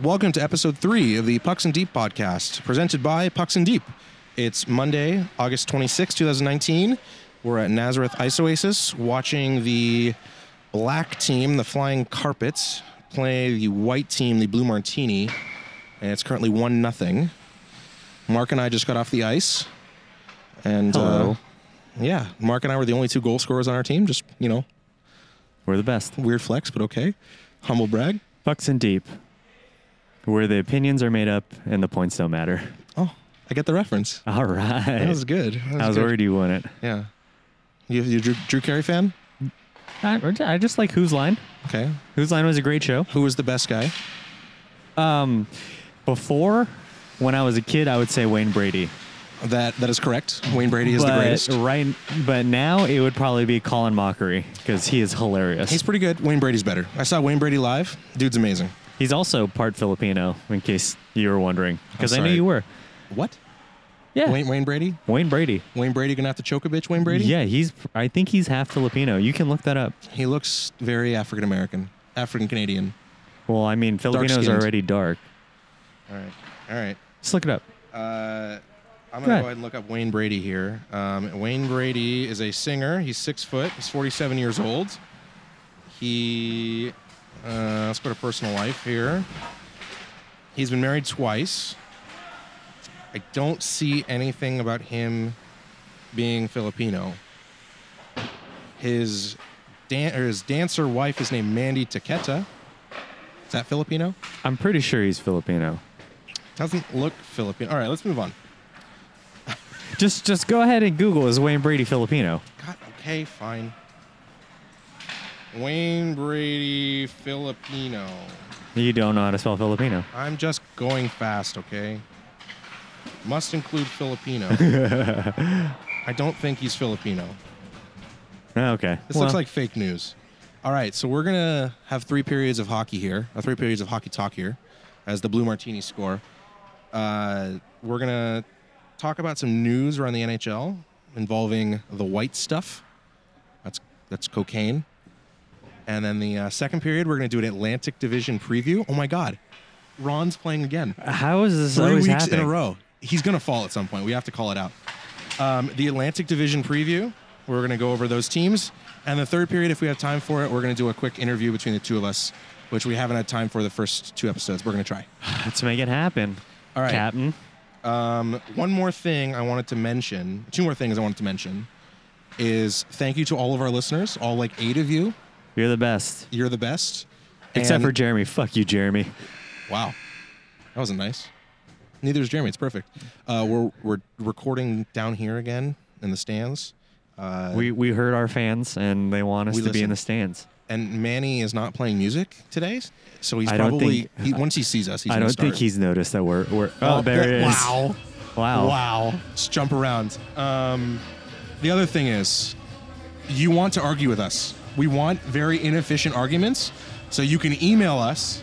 Welcome to episode three of the Pucks and Deep podcast, presented by Pucks and Deep. It's Monday, August 26, 2019. We're at Nazareth Ice Oasis watching the black team, the Flying Carpets, play the white team, the Blue Martini, and it's currently 1 nothing. Mark and I just got off the ice. And Hello. Uh, yeah, Mark and I were the only two goal scorers on our team. Just, you know, We're the best. weird flex, but okay. Humble brag. Bucks and deep. Where the opinions are made up and the points don't matter. Oh, I get the reference. All right. That was good. That was I was good. already won it. Yeah. You, you Drew, Drew Carey fan? I, I just like Who's Line. Okay. Who's Line was a great show. Who was the best guy? Um, before, when I was a kid, I would say Wayne Brady. That that is correct. Wayne Brady is but the greatest. Right, but now it would probably be Colin Mockery because he is hilarious. He's He's, pretty good. Wayne Brady's better. I saw Wayne Brady live. Dude's amazing. also part Filipino, in case you were wondering, because I knew sorry. you were. What? Yeah, Wayne Wayne Brady? Wayne Brady. Wayne Brady gonna have to choke a bitch, Wayne Brady? Yeah, he's. I think he's half Filipino. You can look that up. He looks very African American. African Canadian. Well, I mean, Filipinos are Dark-skinned. already dark. All right. All right. Just look it up. Uh, I'm gonna Go go ahead. ahead and look up Wayne Brady here. Um, Wayne Brady is a singer. He's six foot. He's 47 years old. He uh, let's go to personal life here. He's been married twice. I don't see anything about him being Filipino. His dan- or his dancer wife is named Mandy Taqueta. Is that Filipino? I'm pretty sure he's Filipino. Doesn't look Filipino. All right, let's move on. Just just go ahead and Google is Wayne Brady Filipino. God, okay, fine. Wayne Brady Filipino. You don't know how to spell Filipino. I'm just going fast, okay? Must include Filipino. I don't think he's Filipino. Oh, Okay. This looks like fake news. All right, so we're gonna have three periods of hockey here, uh, three periods of hockey talk here, as the Blue Martini score. Uh, we're gonna talk about some news around the NHL involving the white stuff. That's that's cocaine. And then the uh, second period, we're gonna do an Atlantic Division preview. Oh my God, Ron's playing again how is this three always weeks happening? in a row. He's going to fall at some point. We have to call it out. Um, the Atlantic Division preview. We're going to go over those teams. And the third period, if we have time for it, we're going to do a quick interview between the two of us, which we haven't had time for the first two episodes. We're going to try. Let's make it happen. All right. Captain. Um, one more thing I wanted to mention, two more things I wanted to mention, is thank you to all of our listeners, all like eight of you. You're the best. You're the best. Except And- for Jeremy. Fuck you, Jeremy. Wow, that wasn't nice. Neither is Jeremy. It's perfect. Uh, we're we're recording down here again in the stands, uh, We we heard our fans and they want us We to be listen. in the stands. and Manny is not playing music today, so he's I don't probably think- he, once he sees us, he's I gonna don't start. think he's noticed that we're we're Oh, there he is. Wow, Wow. wow. Just jump around. Um, the other thing is, you want to argue with us. We want very inefficient arguments, so you can email us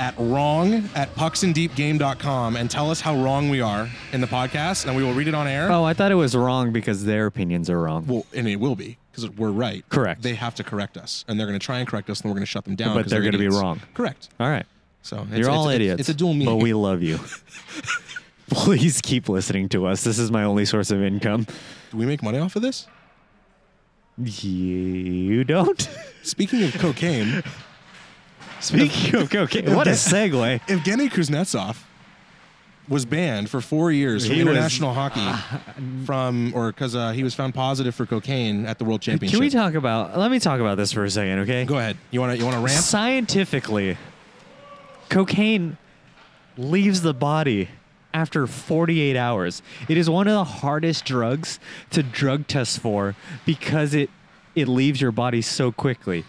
at wrong at pucksanddeepgame.com and tell us how wrong we are in the podcast, and we will read it on air. Oh, I thought it was wrong because their opinions are wrong. Well, and it will be because we're right. Correct. They have to correct us, and they're going to try and correct us, and we're going to shut them down. But 'cause they're gonna be idiots. wrong. Correct. All right. So it's, You're all it's- idiots. It's, a dual meaning. But we love you. Please keep listening to us. This is my only source of income. Do we make money off of this? You don't? Speaking of cocaine, Speaking of cocaine, what a segue. Evgeny Kuznetsov was banned for four years from He was- international hockey from or because uh, he was found positive for cocaine at the World Championship. Can we talk about, let me talk about this for a second, okay? Go ahead. You want to you want to rant? Scientifically, cocaine leaves the body after 48 hours. It is one of the hardest drugs to drug test for because it it leaves your body so quickly.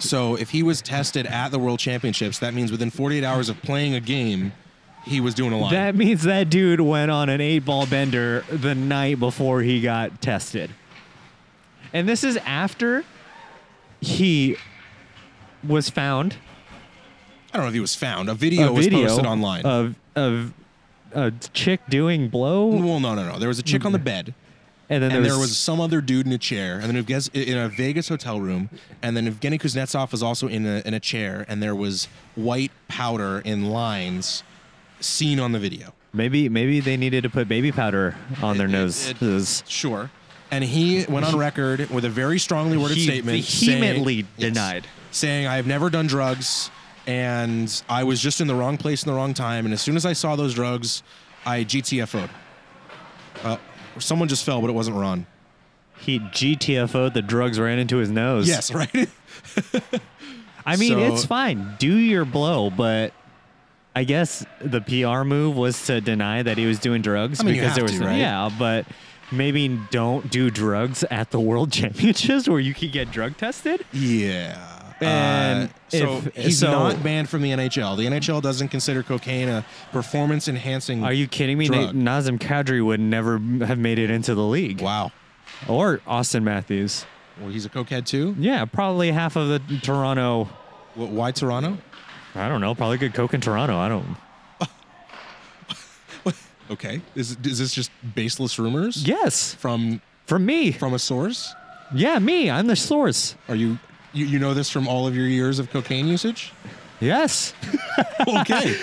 So if he was tested at the World Championships, that means within 48 hours of playing a game, he was doing a lot. That means that dude went on an eight ball bender the night before he got tested. And this is after he was found. I don't know if he was found. A video Oh, was posted online. of of a chick doing blow well, no, no, no. There was a chick on the bed. And then and there was some other dude in a chair, and then Evgeny, in a Vegas hotel room, and then Evgeny Kuznetsov was also in a, in a chair, and there was white powder in lines seen on the video. maybe maybe they needed to put baby powder on their It- it- noses. Sure. And he went on record with a very strongly worded He statement vehemently saying, yes, denied. saying, I have never done drugs and I was just in the wrong place in the wrong time. And as soon as I saw those drugs, I GTFO'd. Uh, someone just fell, but it wasn't Ron. he GTFO the drugs ran into his nose. Yes, right? I mean So- it's fine. Do your blow, but I guess the PR move was to deny that he was doing drugs I mean, you because there have was to, right? yeah, but maybe don't do drugs at the World Championships where you could get drug tested. yeah. And so if- he's Uh, so- not banned from the NHL. The NHL doesn't consider cocaine a performance enhancing. Are you kidding me? Drug. Na- Nazem Kadri would never m- have made it into the league, Wow. or Austin Matthews. Well, he's a cokehead too. Yeah, probably half of the Toronto. Wh- Why Toronto? I don't know. Probably good coke in Toronto. I don't. Okay. Is, is this just baseless rumors? Yes, From from me. from a source? Yeah, me. I'm the source. Are you you, you know this from all of your years of cocaine usage? Yes. Okay.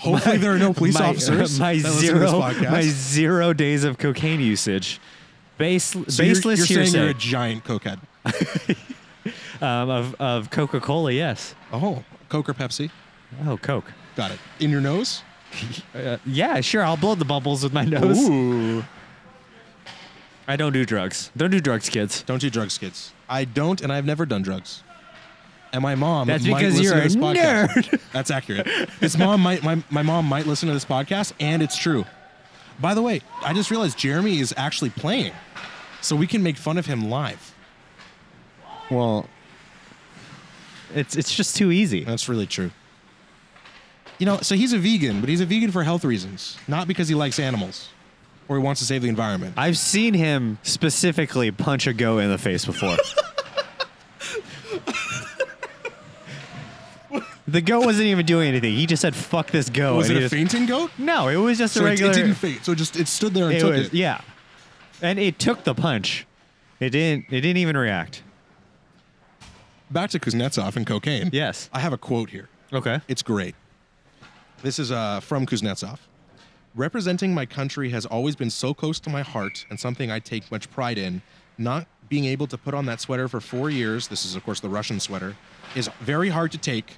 Hopefully there are no police my, uh, officers. my that listen to this zero. podcast. My zero days of cocaine usage. Base, So you're- baseless you're, saying you're a hearsay giant cokehead. um, of of Coca Cola. Yes. Oh, Coke or Pepsi? Oh, Coke. Got it. In your nose? Uh, yeah, sure. I'll blow the bubbles with my nose. Ooh. I don't do drugs. Don't do drugs, kids. Don't do drugs, kids. I don't, and I've never done drugs. And my mom That's might because listen you're to this a podcast. nerd. That's accurate. His mom might my, my mom might listen to this podcast, and it's true. By the way, I just realized Jeremy is actually playing, so we can make fun of him live. Well, it's it's just too easy. That's really true. You know, so he's a vegan, but he's a vegan for health reasons, not because he likes animals or he wants to save the environment. I've seen him specifically punch a go in the face before. the go wasn't even doing anything. He just said "fuck this go." was and it he a just- fainting goat? No, it was just So a it, regular. it didn't faint. So it just it stood there and it took was it. yeah, and it took the punch. It didn't. It didn't even react. Back to Kuznetsov and cocaine. Yes. I have a quote here. Okay. It's great. This is uh, from Kuznetsov. Representing my country has always been so close to my heart and something I take much pride in. Not being able to put on that sweater for four years, this is, of course, the Russian sweater, is very hard to take,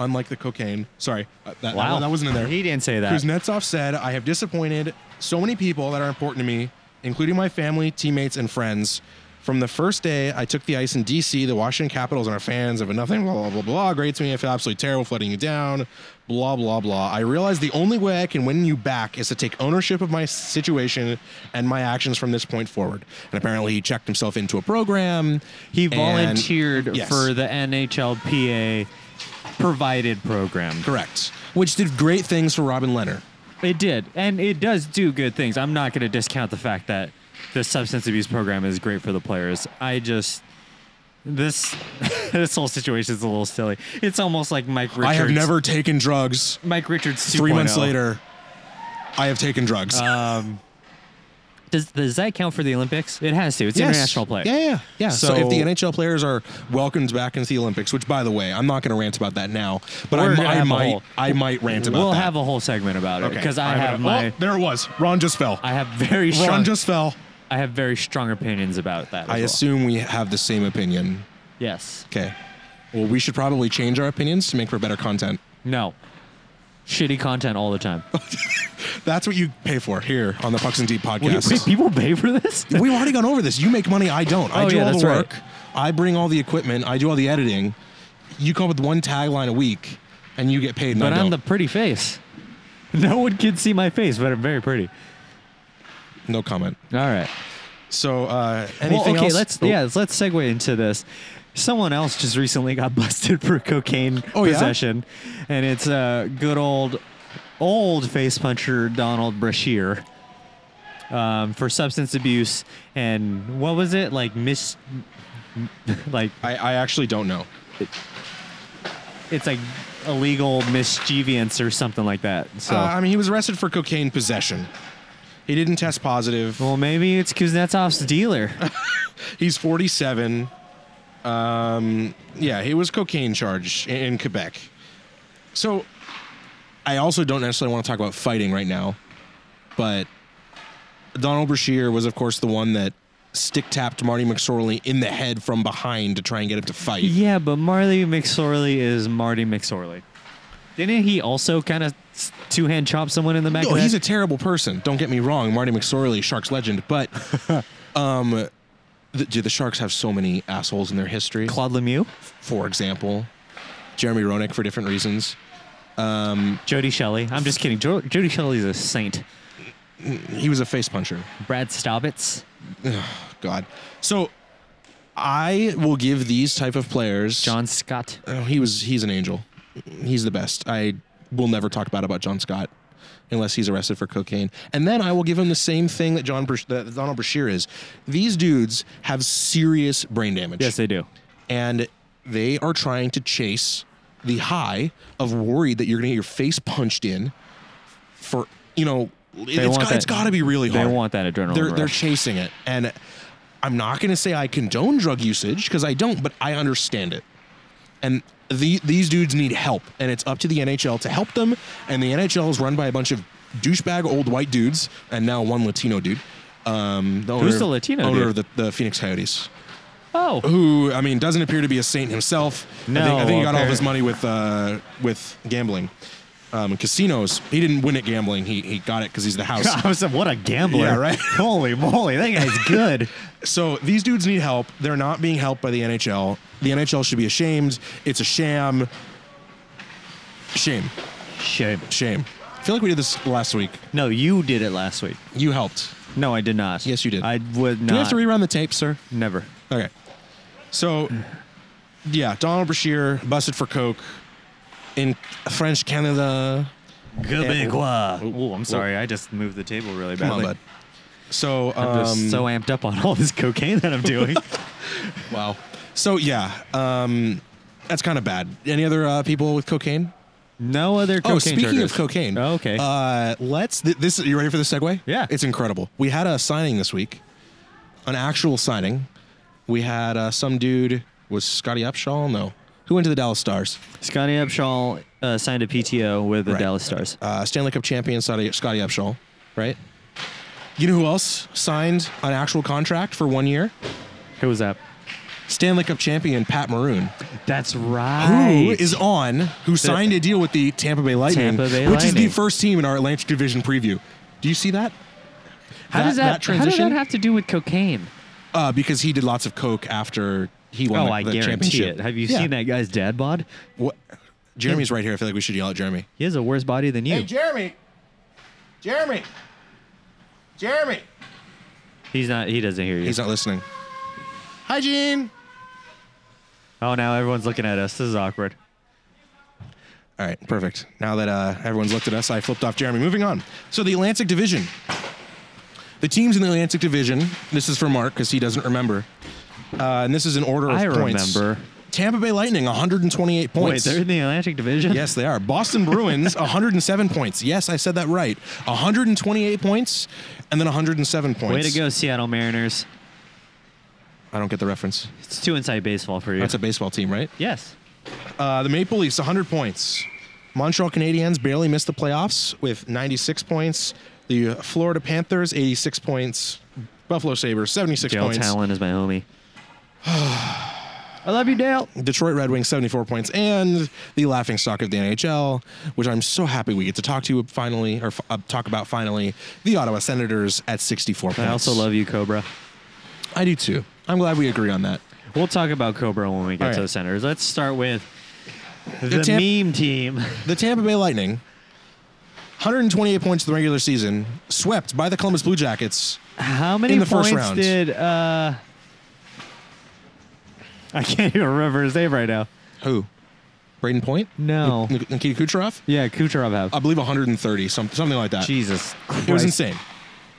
unlike the cocaine. Sorry, uh, that, Wow, that, wasn't in there. He didn't say that. Kuznetsov said, I have disappointed so many people that are important to me, including my family, teammates, and friends. From the first day I took the ice in DC, the Washington Capitals and our fans have been nothing, blah, blah, blah, blah. Great to me. I feel absolutely terrible flooding you down, blah, blah, blah. I realize the only way I can win you back is to take ownership of my situation and my actions from this point forward. And apparently he checked himself into a program. He and- volunteered Yes. for the NHLPA provided program. Correct. Which did great things for Robin Leonard. It did, and it does do good things. I'm not going to discount the fact that the substance abuse program is great for the players. I just this this whole situation is a little silly. It's almost like Mike Richards. I have never taken drugs. Mike Richards. oh. three months 2.0. later, I have taken drugs. Does does that count for the Olympics? It has to. It's international play. Yeah, yeah, yeah. So, So- if the NHL players are welcomed back into the Olympics, which by the way, I'm not going to rant about that now, but I, We're mi- gonna I have a might, whole- I might rant about We'll that. have a whole segment about it Okay. because All I right, have whatever. my Oh, there it was. Ron just fell. I have very strong Ron just fell. I have very strong opinions about that. as I well. assume we have the same opinion. yes. Okay. Well, we should probably change our opinions to make for better content. No. Shitty content all the time. That's what you pay for here on the Pucks and Deep podcast. Wait, people pay for this? We've already gone over this. You make money, I don't. I Oh, do yeah, all that's the right. work. I bring all the equipment. I do all the editing. You come up with one tagline a week, and you get paid. And But I I'm the don't. pretty face. No one can see my face, but I'm very pretty. no comment. All right. So uh, anything Well, okay, else? let's Oh, yeah, let's segue into this. Someone else just recently got busted for cocaine Oh, yeah? possession, and it's uh, good old old face puncher Donald Brashear um, for substance abuse and what was it like mis like I, I actually don't know. it's like illegal mischievance or something like that. So Uh, I mean, he was arrested for cocaine possession. He didn't test positive. Well, maybe it's Kuznetsov's dealer. He's 47. Um, yeah, he was cocaine charged in, in Quebec. So I also don't necessarily want to talk about fighting right now, but Donald Brashear was, of course, the one that stick tapped Marty McSorley in the head from behind to try and get him to fight. yeah, but Marley McSorley is Marty McSorley. Didn't he also kind of two hand chop someone in the back? No, of the he's a head? terrible person. Don't get me wrong, Marty McSorley, Sharks legend, but um, the, dude, the Sharks have so many assholes in their history. Claude Lemieux, For example, Jeremy Roenick for different reasons. Jody Shelley. I'm just kidding. Jo- Jody Shelley's a saint. He was a face puncher. Brad Staubitz, God. So I will give these type of players. John Scott. Oh, he was. He's an angel. He's the best. I will never talk bad about John Scott unless he's arrested for cocaine. And then I will give him the same thing that John Brash- that Donald Brashear is. These dudes have serious brain damage. Yes, they do. and they are trying to chase the high of worried that you're going to get your face punched in for you know it- They it's want got, that- it's got to be really They hard. want that adrenaline They're they're rush. chasing it, and I'm not going to say I condone drug usage because I don't, but I understand it. And the, these dudes need help, and it's up to the NHL to help them. And the NHL is run by a bunch of douchebag old white dudes, and now one Latino dude. Um, the owner, Who's the of- Latino owner dude? of the, the Phoenix Coyotes? Oh, who I mean doesn't appear to be a saint himself. I think, I No, think he got all of his apparent- money with uh, with gambling, um, casinos. He didn't win at gambling. He he got it because he's the house. what a gambler! Yeah, right? Holy moly, that guy's good. so these dudes need help. They're not being helped by the NHL. The NHL should be ashamed. It's a sham. Shame, Shame. shame. I feel like we did this last week. No, you did it last week. You helped. No, I did not. Yes, you did. I would not. Do we have to rerun the tape, sir? Never. Okay. So, yeah, Donald Brashear busted for coke in French Canada. Eh, Quebecois. Oh, sorry, I'm sorry. I just moved the table really Come on, badly. bud. So, um, I'm just so amped up on all this cocaine that I'm doing. wow. So yeah, um, that's kind of bad. Any other uh, people with cocaine? no other cocaine. oh, speaking charges. of cocaine. Oh, okay. Uh, let's. Th- this. You ready for the segue? Yeah. It's incredible. We had a signing this week, an actual signing. We had uh, some dude was Scotty Upshaw. No, who went to the Dallas Stars? Scotty Upshaw uh, signed a PTO with the Right. Dallas Stars. Uh, Stanley Cup champion Scotty, Scotty Upshaw, right? You know who else signed an actual contract for one year? Who was that? Stanley Cup champion Pat Maroon. That's who right. is on, who signed a deal with the Tampa Bay Lightning, Tampa Bay which is the Lightning. first team in our Atlantic Division preview. Do you see that? how that- does that, that transition? How does that have to do with cocaine? Uh, because he did lots of coke after he won Oh, the, I the guarantee championship. it. Have you Yeah. seen that guy's dad bod? What? Jeremy's right here. I feel like we should yell at Jeremy. He has a worse body than you. Jeremy! Jeremy! Jeremy! He's not. He doesn't hear you. He's not listening. Hi, Gene! oh, now everyone's looking at us. This is awkward. All right, perfect. Now that uh, everyone's looked at us, I flipped off Jeremy. Moving on. So the Atlantic Division. The teams in the Atlantic Division. This is for Mark because he doesn't remember. Uh, and this is an order of I points. remember. Tampa Bay Lightning, 128 Wait, points. they're in the Atlantic Division. yes, they are. Boston Bruins, 107 points. Yes, I said that right. 128 points, and then 107 points. Way to go, Seattle Mariners. I don't get the reference. It's too inside baseball for you. That's a baseball team, right? yes. Uh, the Maple Leafs, 100 points. Montreal Canadiens barely missed the playoffs with 96 points. The Florida Panthers, 86 points. Buffalo Sabres, 76 Dale points. Talon is my homie. I love you, Dale. Detroit Red Wings, 74 points. And the laughing stock of the NHL, which I'm so happy we get to talk to finally, or uh, talk about finally, the Ottawa Senators at 64 points. I also love you, Cobra. I do too. I'm glad we agree on that. We'll talk about Cobra when we get All right. to the centers. Let's start with the, Tam- meme team. The Tampa Bay Lightning, 128 points in the regular season, swept by the Columbus Blue Jackets How many In the first points round. did uh I can't even remember his name right now. Who? Braden Point? No. Nik- Nikita Kucherov? Yeah, Kucherov have. I believe 130, some, something like that. Jesus Christ. It was insane.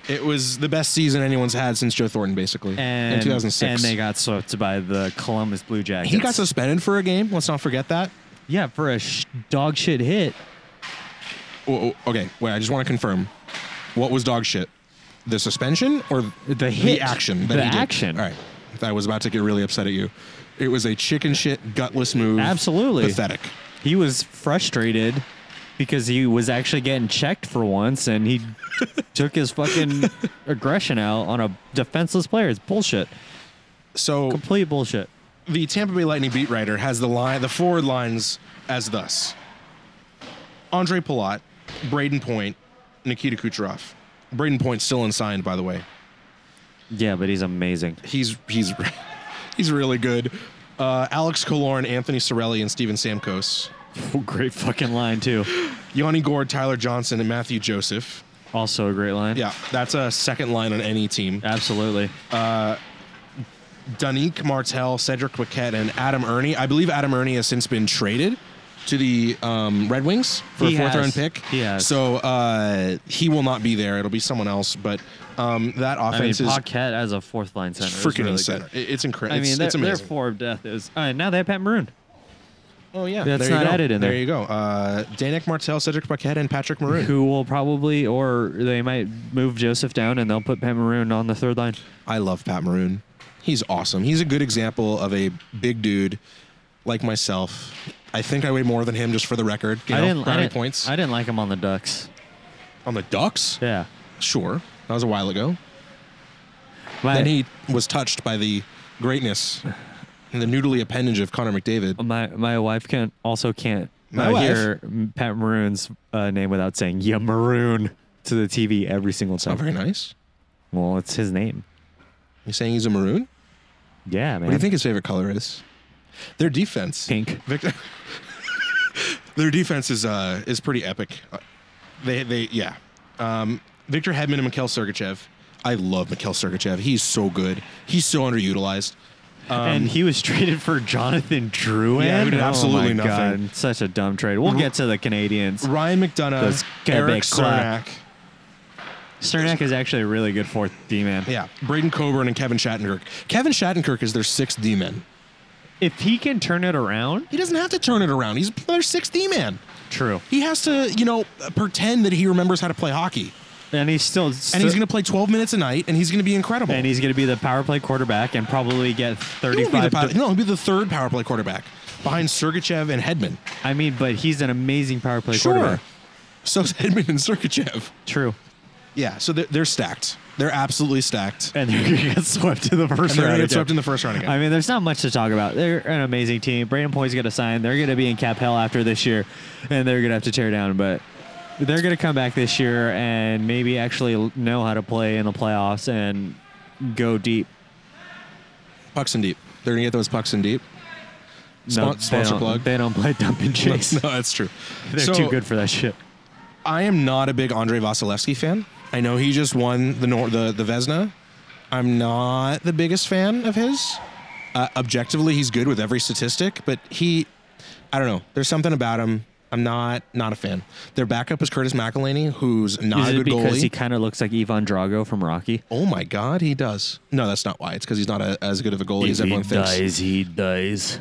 It was the best season anyone's had since Joe Thornton, basically, And, in 2006. And they got swept by the Columbus Blue Jackets. he got suspended for a game. Let's not forget that. Yeah, for a sh- dog shit hit. Oh, oh, okay, wait, I just want to confirm. What was dog shit? the suspension or The hit. action? that The he did? action. All right. I was about to get really upset at you. It was a chicken shit, gutless move. Absolutely. Pathetic. He was frustrated because he was actually getting checked for once and he took his fucking aggression out on a defenseless player. It's bullshit. So Complete bullshit. the Tampa Bay Lightning beat writer has the line, the forward lines as thus: Andre Palat, Braden Point, Nikita Kucherov. Braden Point still unsigned, by the way. Yeah, but he's amazing. He's he's he's really good. Uh, Alex Kalorn, Anthony Sorelli, and Steven Samkos. Great fucking line, too. Yanni Gord, Tyler Johnson, and Matthew Joseph. Also a great line. Yeah, that's a second line on any team. Absolutely. Danique Martel, Cedric Paquette, and Adam Ernie. I believe Adam Ernie has since been traded to the um, Red Wings for He a fourth has. round pick. He has. So uh, he will not be there. It'll be someone else. But um, that I mean, offense Paquette as a fourth line center. is is freaking really insane. good. It- It's incredible. I mean, it's, their, it's their amazing. form of death is. All right, now they have Pat Maroon. oh, yeah. That's there you not go. added in There there. you go. Uh, Danik Martel, Cedric Paquette, and Patrick Maroon. who will probably, or they might move Joseph down and they'll put Pat Maroon on the third line. I love Pat Maroon. He's awesome. He's a good example of a big dude like myself. I think I weigh more than him, just for the record. You I know, didn't. I brownie didn't, points I didn't like him on the Ducks. on the Ducks. Yeah. Sure, that was a while ago. My, then he was touched by the greatness and the noodly appendage of Connor McDavid. my my wife can also can't My uh, wife? hear Pat Maroon's uh, name without saying "Yeah, Maroon" to the TV every single Not time. very nice. Well, it's his name. You saying he's a maroon? Yeah, man. What do you think his favorite color is? Their defense. Pink. Victor. Their defense is uh is pretty epic. Uh, They they yeah. Um, Victor Hedman and Mikhail Sergachev. I love Mikhail Sergachev. He's so good. He's so underutilized. and he was traded for Jonathan Drouin. Um, Yeah, who did Oh absolutely my nothing. God, such a dumb trade. We'll get to the Canadians. Ryan McDonough, Those Eric Quebec clap. Cernak, Cernak is actually a really good fourth D man. yeah, Braden Coburn and Kevin Shattenkirk. Kevin Shattenkirk is their sixth D-man. If he can turn it around, He doesn't have to turn it around. He's their sixth D-man. true. He has to, you know, pretend that he remembers how to play hockey. And he's still And he's going to play 12 minutes a night, and he's going to be incredible. and he's going to be the power play quarterback and probably get He 35 won't be the power, to- no, he'll be the third power play quarterback behind Sergachev and Hedman. I mean, but he's an amazing power play Sure. quarterback. So's Hedman and Sergachev. True. Yeah, so they're, they're stacked. They're absolutely stacked. And they're going to get swept in the first And they're going round. to get again. swept in the first round again. I mean, there's not much to talk about. They're an amazing team. Brandon Poy's going to sign. They're going to be in Cap Hell after this year, and they're going to have to tear down. But they're going to come back this year and maybe actually l- know how to play in the playoffs and go deep. pucks in deep. They're going to get those pucks in deep. Spon- they sponsor don't- plug. They don't play dump and No, chase. no, that's true. They're So, too good for that shit. I am not a big Andre Vasilevsky fan. I know he just won the Nor- the the Vesna. I'm not the biggest fan of his. Uh, objectively, he's good with every statistic, but he, I don't know. There's something about him. I'm not not a fan. Their backup is Curtis McElhinney, who's not Is a it good because goalie. he kind of looks like Ivan Drago from Rocky? oh my God, he does. No, that's not why. It's because he's not a, as good of a goalie as everyone thinks. he dies.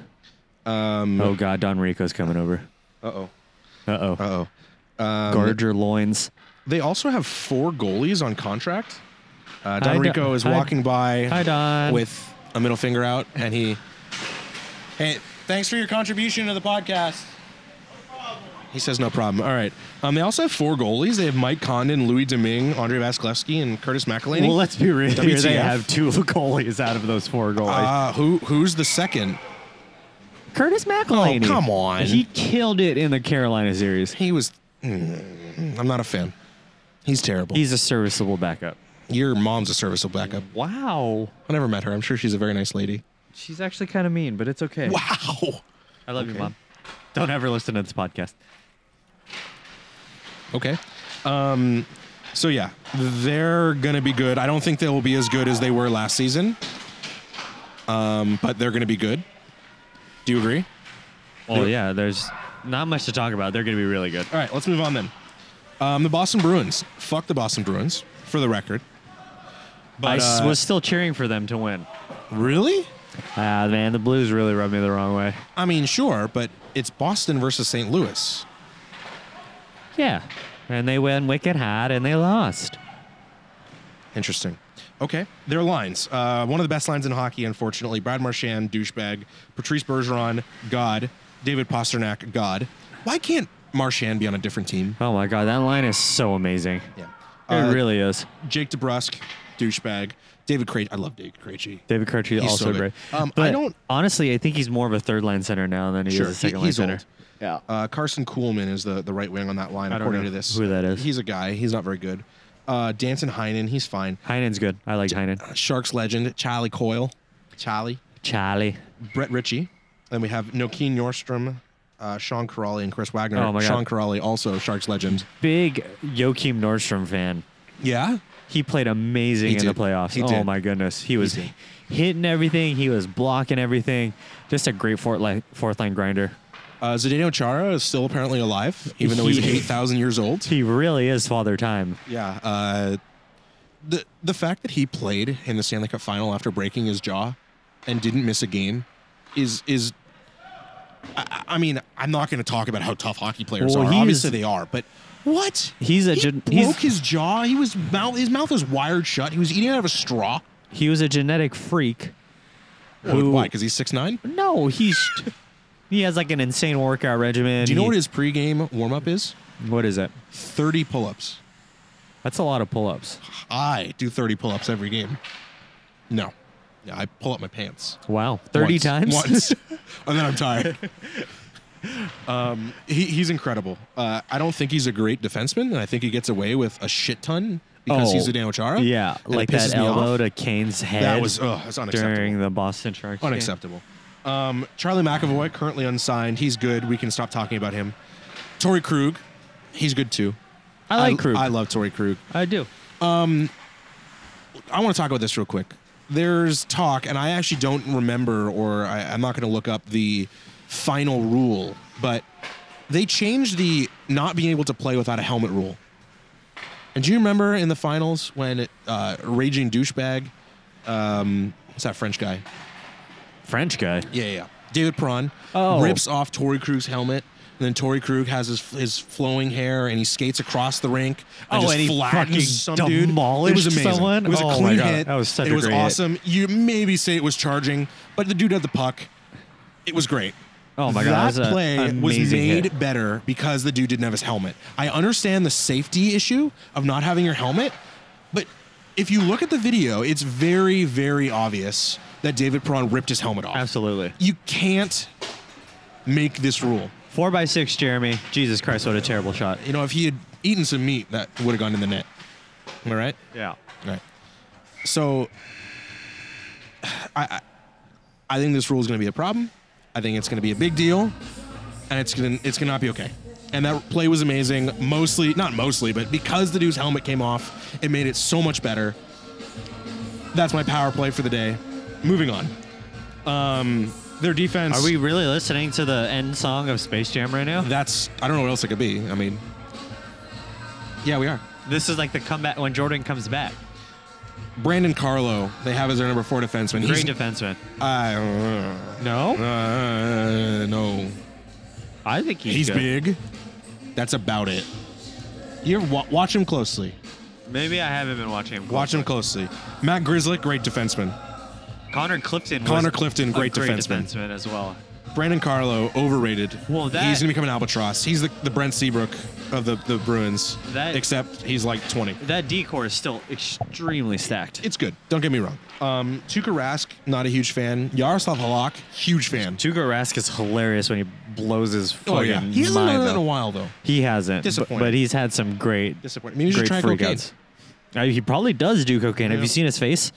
Um, oh God, Don Rico's coming over. Uh oh. Uh oh. Uh oh. Guard your loins. They also have four goalies on contract. Uh, Hi, Don Don- Rico is hi- walking by hi, Don. with a middle finger out, and he. Hey, thanks for your contribution to the podcast. He says no problem. All right. Um, they also have four goalies. They have Mike Condon, Louis Domingue, Andre Vasilevsky, and Curtis McElhinney. Well, let's be real. here. They WTF? have two goalies out of those four goalies. uh, who who's the second? Curtis McElhinney. oh, come on. He killed it in the Carolina series. He was. Mm, I'm not a fan. He's terrible. He's a serviceable backup. Your mom's a serviceable backup. Wow. I never met her. I'm sure she's a very nice lady. She's actually kind of mean, but it's okay. Wow. I love you, Mom. Don't ever listen to this podcast. Okay. Um, so yeah, they're gonna be good. I don't think they will be as good as they were last season. Um, but they're gonna be good. Do you agree? Oh, yeah. There's not much to talk about. They're going to be really good. All right, let's move on then. Um, the Boston Bruins. Fuck the Boston Bruins, for the record. I But s- uh, was still cheering for them to win. really? Ah, man. The Blues really rubbed me the wrong way. I mean, sure, but it's Boston versus St. Louis. Yeah. And they went wicked hot and they lost. Interesting. Okay, their lines. Uh, one of the best lines in hockey, unfortunately. Brad Marchand, douchebag. Patrice Bergeron, god. David Pasternak, god. Why can't Marchand be on a different team? Oh my god, that line is so amazing. Yeah. It Uh, really is. Jake DeBrusque, douchebag. David Krejci. I love David Krejci. David Krejci He's also so good. great. Um, I but don't- honestly, I think he's more of a third line center now than he Sure, is a he- second he's line center. old. Yeah. Uh, Carson Kuhlman is the, the right wing on that line, I don't according know to this. who that is. He's a guy. He's not very good. Uh, Danton Heinen, he's fine. Heinen's good. I like Heinen. Sharks legend, Charlie Coyle. Charlie. Charlie. Brett Ritchie. Then we have Nokia Nordstrom, uh, Sean Corrali, and Chris Wagner. Oh my God. Sean Corrali, also Sharks legend. Big Joachim Nordstrom fan. Yeah. He played amazing He in did. the playoffs. He oh did. my goodness. He was did. hitting everything. He was blocking everything. Just a great fourth line, fourth line grinder. Uh, Zdeno Chara is still apparently alive, even though he's He- 8,000 years old. He really is father time. Yeah. Uh, the the fact that he played in the Stanley Cup Final after breaking his jaw and didn't miss a game is is. I, I mean, I'm not going to talk about how tough hockey players Well, are. he Obviously, is- they are, but what? He's a he gen- broke he's- his jaw. He was mouth. His mouth was wired shut. He was eating out of a straw. He was a genetic freak. Why? Who- 'Cause Why? Because he's six nine. No, he's he has like an insane workout regimen. Do you know He- what his pregame warm up is? What is it? Thirty pull ups. That's a lot of pull-ups. I do thirty pull ups every game. No, yeah, I pull up my pants. Wow, thirty Once. times. Once. and then I'm tired. um, he, he's incredible. Uh, I don't think he's a great defenseman, and I think he gets away with a shit ton because Oh, he's a Dan Chara. Yeah, and it like pisses that me off. elbow to Kane's head. That was ugh, it's unacceptable. during the Boston Sharks. game. unacceptable. Um, Charlie McAvoy currently unsigned. He's good. We can stop talking about him. Tori Krug, he's good too. I like Krug. I I, love Tori Krug. do. I want to talk about this real quick. There's talk, and I actually don't remember, or I, I'm not going to look up the final rule, but they changed the not being able to play without a helmet rule. And do you remember in the finals when uh, Raging Douchebag, um, what's that French guy? French guy. Yeah, yeah. yeah. David Perron Oh. rips off Tory Krug's helmet, and then Tory Krug has his his flowing hair, and he skates across the rink. And Oh, just and he flattens fucking some dude. It was demolished amazing. someone? It was Oh a my clean God. hit. That was such it a was great hit. awesome. You maybe say it was charging, but the dude had the puck. It was great. Oh my that god, that was a play was amazing made hit. better because the dude didn't have his helmet. I understand the safety issue of not having your helmet, but if you look at the video, it's very, very obvious that David Perron ripped his helmet off Absolutely. you can't make this rule. Four by six, Jeremy. Jesus Christ, what a terrible shot. You know, if he had eaten some meat, that would have gone in the net. Am I right? Yeah. All right. So, I, I, I think this rule is going to be a problem. I think it's going to be a big deal, and it's going to it's going to not be okay. And that play was amazing. Mostly, not mostly, but because the dude's helmet came off, it made it so much better. That's my power play for the day. Moving on. Um, their defense. Are we really listening to the end song of Space Jam right now? That's I don't know what else it could be. I mean, yeah, we are. This is like the comeback when Jordan comes back. Brandon Carlo, they have as their number four defenseman. Great defenseman. I- No, uh, no, I think he's, he's good. big. That's about it. You ever wa- watch him closely. Maybe I haven't been watching him. Watch him closely. Matt Grizzlick, great defenseman. Connor Clifton. Connor was Clifton, a great great defenseman. defenseman as well. Brandon Carlo, overrated. Well, that- he's gonna become an albatross. He's the, the Brent Seabrook of the, the Bruins. That- except he's like twenty. That decor is still extremely stacked. It's good. Don't get me wrong. Um, Tuukka Rask, not a huge fan. Yaroslav Halak, huge fan. Tuka Rask is hilarious when he blows his fucking Oh yeah, he hasn't mind done that in up. a while though. He hasn't. but- Disappointing. But, he's had some great, Disappointing. Maybe you should try great cocaine. freakouts. Uh, he probably does do cocaine. Have Yeah. you seen his face?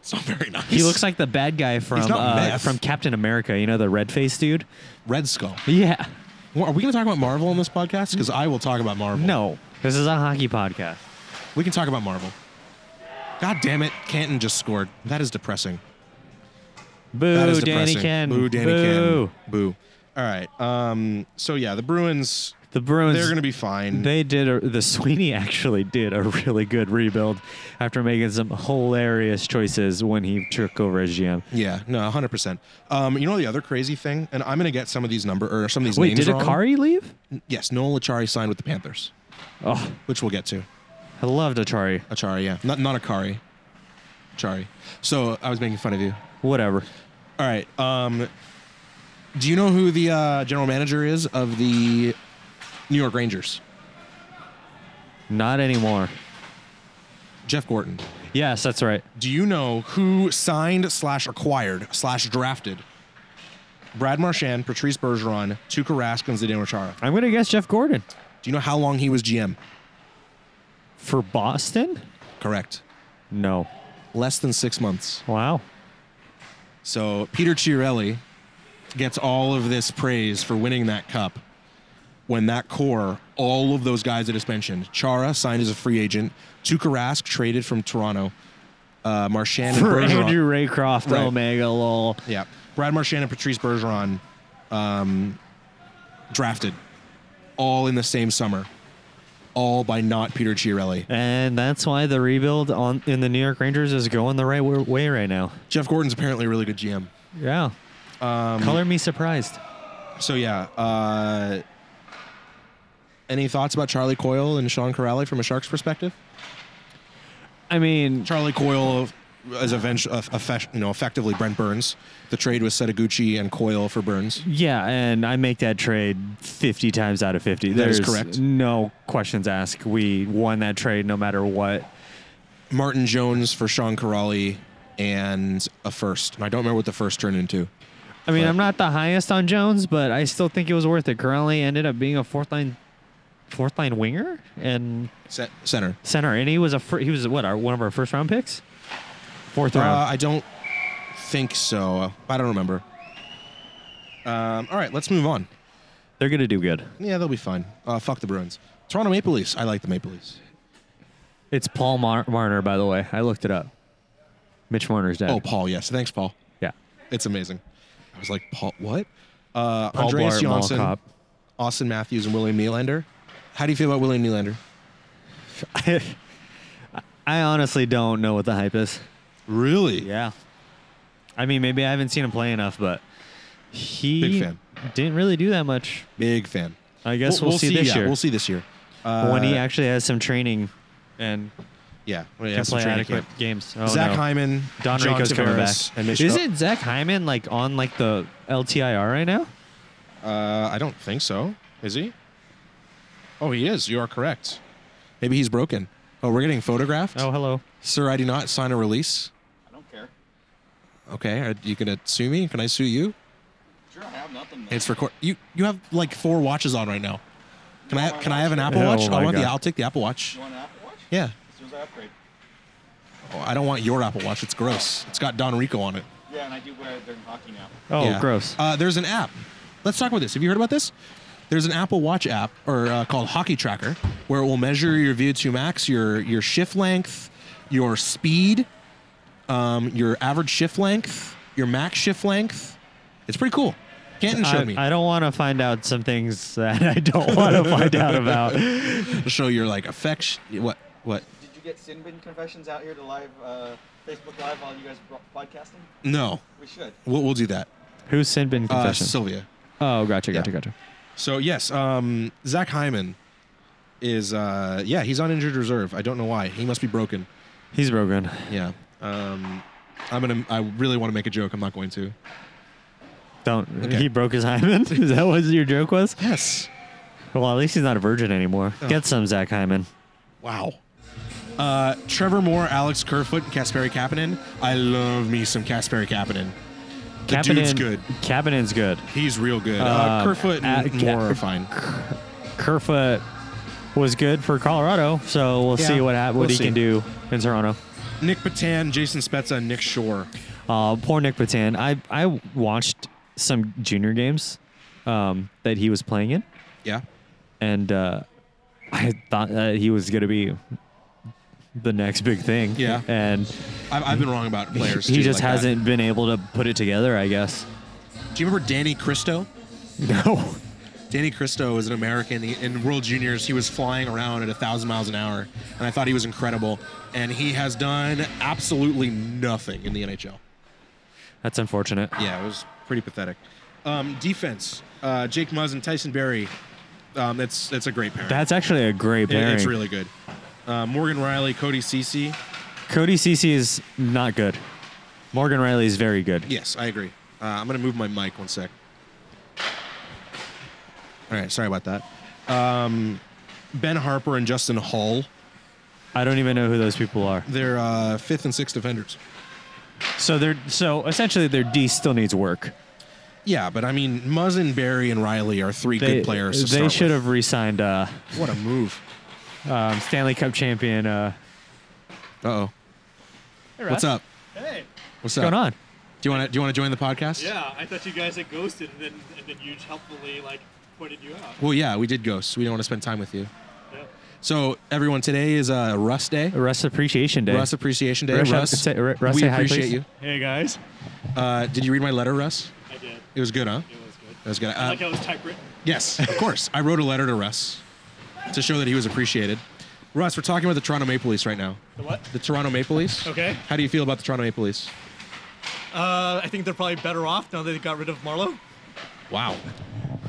It's not very nice. He looks like the bad guy from not uh, meth. from Captain America. You know the red face dude. Red Skull. Yeah. Well, Are we going to talk about Marvel on this podcast? Because I will talk about Marvel. No, this is a hockey podcast. we can talk about Marvel. God damn it, Canton just scored. That is depressing. Boo, that is Danny depressing. Ken. Boo, Danny Boo. Ken. Boo. All right. Um. So yeah, the Bruins. The Bruins. They're going to be fine. They did a, the Sweeney actually did a really good rebuild after making some hilarious choices when he took over as GM. yeah. No. Hundred percent. Um. You know the other crazy thing, and I'm going to get some of these number or some of these Wait, names did wrong. Akari leave? Yes. Noel Achari signed with the Panthers, Oh, which we'll get to. I loved Atari. Achari, yeah. Not not Akari. Achari. So I was making fun of you. Whatever. All right. Um, do you know who the uh, general manager is of the New York Rangers? Not anymore. Jeff Gorton. Yes, that's right. Do you know who signed slash acquired slash drafted Brad Marchand, Patrice Bergeron, Tuukka Rask, and Zdeno Chara? I'm gonna guess Jeff Gordon Do you know how long he was GM? for Boston. Correct. No. Less than six months. Wow. So Peter Chiarelli gets all of this praise for winning that cup when that core, all of those guys that just mentioned, Chara signed as a free agent, Tuukka Rask traded from Toronto, uh, Marchand and For Bergeron. Andrew Raycroft, Right. Omega lol. Yeah. Brad Marchand and Patrice Bergeron um, drafted all in the same summer, all by not Peter Chiarelli. And that's why the rebuild on in the New York Rangers is going the right w- way right now. Jeff Gordon's apparently a really good GM. Yeah. Color me surprised. So, yeah. Uh, any thoughts about Charlie Coyle and Sean Corrali from a Sharks perspective? I mean, Charlie Coyle as event- uh, effect- you know, effectively Brent Burns. The trade was Setaguchi and Coyle for Burns. yeah, and I make that trade 50 times out of 50. That There's is correct. No questions asked. We won that trade no matter what. Martin Jones for Sean Corrali and a first. And I don't remember what the first turned into. I mean, Right. I'm not the highest on Jones, but I still think it was worth it. Currently ended up being a fourth line fourth line winger and Set- center. center and he was a fir- he was what, our, one of our first round picks? Fourth Uh, round. I don't think so. I don't remember. Um, all right, let's move on. They're going to do good. Yeah, they'll be fine. Uh, fuck the Bruins. Toronto Maple Leafs. I like the Maple Leafs. It's Paul Mar- Marner, by the way. I looked it up. Mitch Marner's dad. Oh, Paul. Yes, thanks, Paul. yeah. It's amazing. I was like, Paul, what? Uh, Paul Andreas Blart, Mall Johnson, Cop. Austin Matthews, and William Nylander. How do you feel about William Nylander? I honestly don't know what the hype is. Really? Yeah. I mean, maybe I haven't seen him play enough, but he Big fan. didn't really do that much. Big fan. I guess we'll, see, this yeah, year We'll see this year. Uh, when he actually has some training and yeah, when he can has some play training adequate camp. games. Oh, Zach no. Hyman, Don John Rico's coming back. Tavares, and Mitch is Stott. it Zach Hyman like on like the LTIR right now? Uh, I don't think so. Is he? Oh, he is. You are correct. Maybe he's broken. Oh, we're getting photographed. Oh, hello. Sir, I do not sign a release. I don't care. Okay, are you gonna sue me? Can I sue you? Sure, I have nothing. It's record. You you have like four watches on right now. Can I can I have an Apple Oh Watch? my I want the. God. I'll take the Apple Watch. You want an Apple Watch? Yeah. As soon as I upgrade. Oh, I don't want your Apple Watch. It's gross. It's got Don Rico on it. Yeah, and I do wear they're in hockey now. Oh, Yeah. gross. Uh, there's an app. Let's talk about this. Have you heard about this? There's an Apple Watch app or uh, called Hockey Tracker, where it will measure your VO2 max, your your shift length, your speed, um, your average shift length, your max shift length. It's pretty cool. Canton showed I, me. I don't want to find out some things that I don't want to find out about. It'll show your like affection. What what? Did you get Sin Bin Confessions out here to live uh, Facebook Live while you guys are bro- podcasting? No, We should. we'll, we'll do that. Who's sin bin Uh, confession? Sylvia. oh, gotcha, gotcha, Yeah. gotcha. So yes, um, Zach Hyman is uh, yeah he's on injured reserve. I don't know why. He must be broken. He's broken. Yeah. Um, I'm gonna. I really want to make a joke. I'm not going to. Don't. Okay. He broke his hymen. Is that what your joke was? Yes. Well, at least he's not a virgin anymore. Oh. Get some Zach Hyman. Wow. Uh, Trevor Moore, Alex Kerfoot, and Kasperi Kapanen. I love me some Kasperi Kapanen. The dude's good. Kapanen's good. He's real good. Uh, Um, Kerfoot and uh, Ka- Moore are fine. Kerfoot was good for Colorado, so we'll Yeah, see what hap- what we'll he see. can do in Toronto. Nick Patan, Jason Spezza, and Nick Shore. Uh, poor Nick Patan. I I watched some junior games um, that he was playing in, Yeah. and uh, I thought that he was gonna be the next big thing. Yeah. and I've, I've been wrong about players. He too, just like that. hasn't been able to put it together, I guess. Do you remember Danny Cristo? No. Danny Cristo is an American. He- In World Juniors, he was flying around at 1,000 miles an hour, and I thought he was incredible. And he has done absolutely nothing in the NHL. That's unfortunate. Yeah, it was pretty pathetic. Um, defense, uh, Jake Muzz and Tyson Berry. Um, that's that's a great pair. That's actually a great pairing. it's really good. Uh, Morgan Riley, Cody Cece. Cody Cece is not good. Morgan Riley is very good. Yes, I agree. Uh, I'm gonna move my mic one sec. All right, sorry about that. Um, ben Harper and Justin Hall. I don't even know who those people are. They're uh, fifth and sixth defenders. So they're so essentially their D still needs work. Yeah, but I mean, Muzzin, Barry, and Riley are three They, good players. To They start should with. have re-signed uh, What a move. um, Stanley Cup champion. Uh, Uh oh. What's up? Hey. What's What's up? going on? Do you want to do you want to join the podcast? Yeah, I thought you guys had ghosted, and then and then you helpfully like pointed you out. Well, yeah, we did ghosts. We don't want to spend time with you. Yeah. So everyone, today is uh, Russ Day, Russ Appreciation Day. Russ Appreciation Day. Russ, Russ, say- Ru- Russ, we say hi, appreciate please. you. Hey guys. Uh, did you read my letter, Russ? I did. It was good, huh? It was good. That was good. I Uh, like how it was typewritten. yes, of course. I wrote a letter to Russ to show that he was appreciated. Russ, we're talking about the Toronto Maple Leafs right now. The what? The Toronto Maple Leafs. Okay. How do you feel about the Toronto Maple Leafs? Uh, I think they're probably better off now that they got rid of Marlowe. Wow.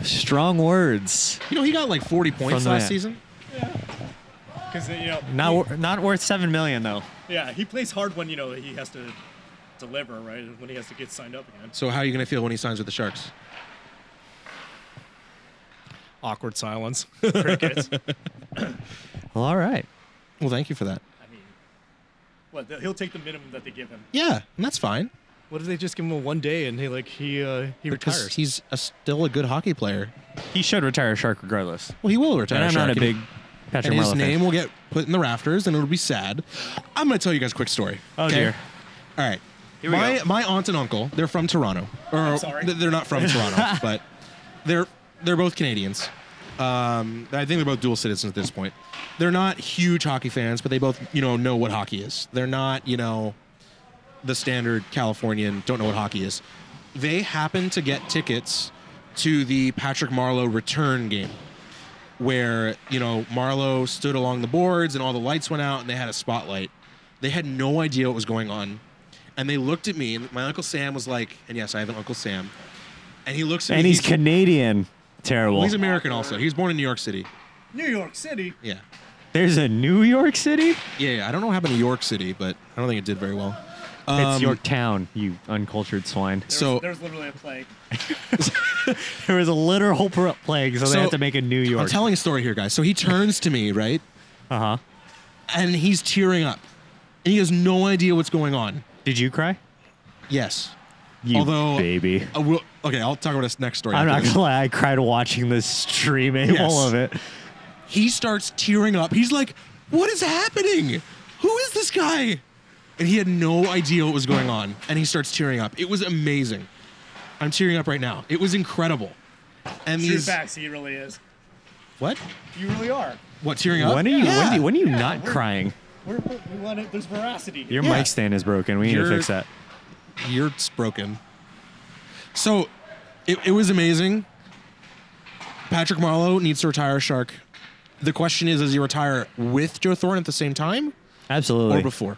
Strong words. You know he got like 40 points From the last man. season. Because you know, Not wor- not worth seven million though. yeah, he plays hard when you know he has to deliver, right? When he has to get signed up again. So how are you gonna feel when he signs with the Sharks? Awkward silence. Crickets. Well, all right. Well, thank you for that. I mean, what? He'll take the minimum that they give him. Yeah, and that's fine What if they just give him a one day and he like he uh, he because retires? he's a, still a good hockey player. He should retire a shark regardless. Well, he will retire. And I'm not Shark, a big And Patrick his Marleau fan. name will get put in the rafters, and it'll be sad. I'm gonna tell you guys a quick story. Oh, dear. All right. we my my aunt and uncle, they're from Toronto. Or sorry. th- they're not from Toronto, but they're they're both Canadians. Um, I think they're both dual citizens at this point. They're not huge hockey fans, but they both you know know what hockey is. They're not you know the standard Californian don't know what hockey is. They happen to get tickets to the Patrick Marlowe return game where you know Marlowe stood along the boards and all the lights went out and they had a spotlight. They had no idea what was going on, and they looked at me. And my uncle Sam was like, "And yes, I have an uncle Sam," and he looks at And me. he's Canadian. Terrible. well, he's American also. He was born in New York City. New York City. Yeah. There's a New York City. yeah, yeah. I don't know what happened to York City, but I don't think it did very well. Um, it's Yorktown. You uncultured swine. There's, So- there's literally a plague. There was a literal pl- plague, so, So, they had to make a New I'm York. telling a story here, guys. So he turns to me, right, uh huh. and he's tearing up, and he has no idea what's going on. Did you cry? Yes. You Although- baby. Uh, we'll, okay, I'll talk about this next story. I'm after not this. gonna lie, I cried watching this stream eh, all of it. he starts tearing up. He's like, "What is happening? Who is this guy?" And he had no idea what was going on, and he starts tearing up. It was amazing. I'm tearing up right now. It was incredible. And True these facts, he really is. what? You really are. What tearing up? When are you when, Yeah. do you- when are you not crying? We're, we're, we want it. There's veracity. Here. Your Yeah. mic stand is broken. We need You're- to fix that. You're it's broken. So, it, it was amazing. Patrick Marlowe needs to retire Shark. The question is, does he retire with Joe Thornton at the same time or Absolutely. before?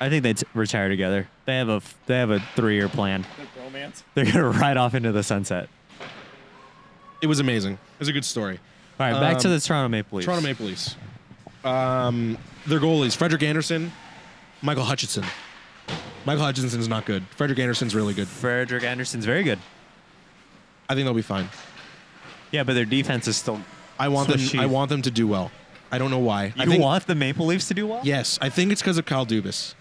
I think they t- retire together. They have a f- they have a three year plan. Their romance. They're gonna ride off into the sunset. It was amazing. It was a good story. All right, back to Um, the Toronto Maple Leafs. Toronto Maple Leafs. Um, their goalies: Frederick Anderson, Michael Hutchinson. Michael Hutchinson's not good. Frederick Anderson's really good. Frederick Anderson's very good. I think they'll be fine. Yeah, but their defense is still. I want So them. she- I want them to do well. I don't know why. I You think, want the Maple Leafs to do well? Yes, I think it's because of Kyle Dubas.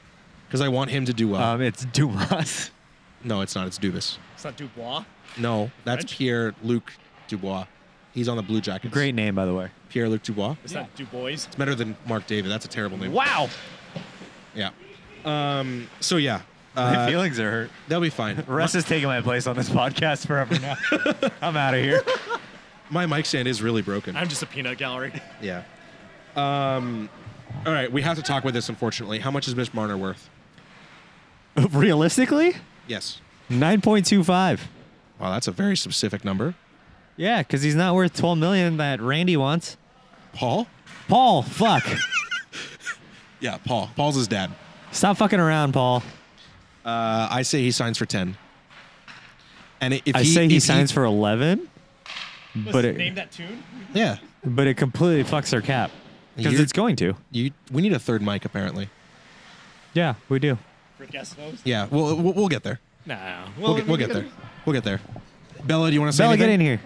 Because I want him to do well. Um, it's Dumas. no, it's not. It's Dubas. It's not Dubois. No, that's French? Pierre Luc Dubois. He's on the Blue Jackets. Great name, by the way. Pierre Luc Dubois. It's not Dubois. It's better than Mark David. That's a terrible name. Wow, Yeah. Um. So yeah. my Uh, feelings are hurt. they'll be fine. Russ is taking my place on this podcast forever now. I'm out of here. My mic stand is really broken. I'm just a peanut gallery. Yeah. Um, all right, we have to talk about this, unfortunately. How much is Mitch Marner worth? Realistically, Yes. nine point two five. Wow, that's a very specific number. Yeah, because he's not worth twelve million that Randy wants. Paul? Paul, fuck, Yeah, Paul. Paul's his dad. stop fucking around, Paul. Uh, I say he signs for 10. And i- if I say he if signs for eleven, Let's but it name that tune. Yeah. but it completely fucks their cap. because You're- it's going to. You, we need a third mic apparently. Yeah, we do. for guest host. Yeah, we'll we'll, we'll get there. Nah. We'll, Well, get, we'll get there. We'll get there. Bella, do you want to say Bella, anything? get in here.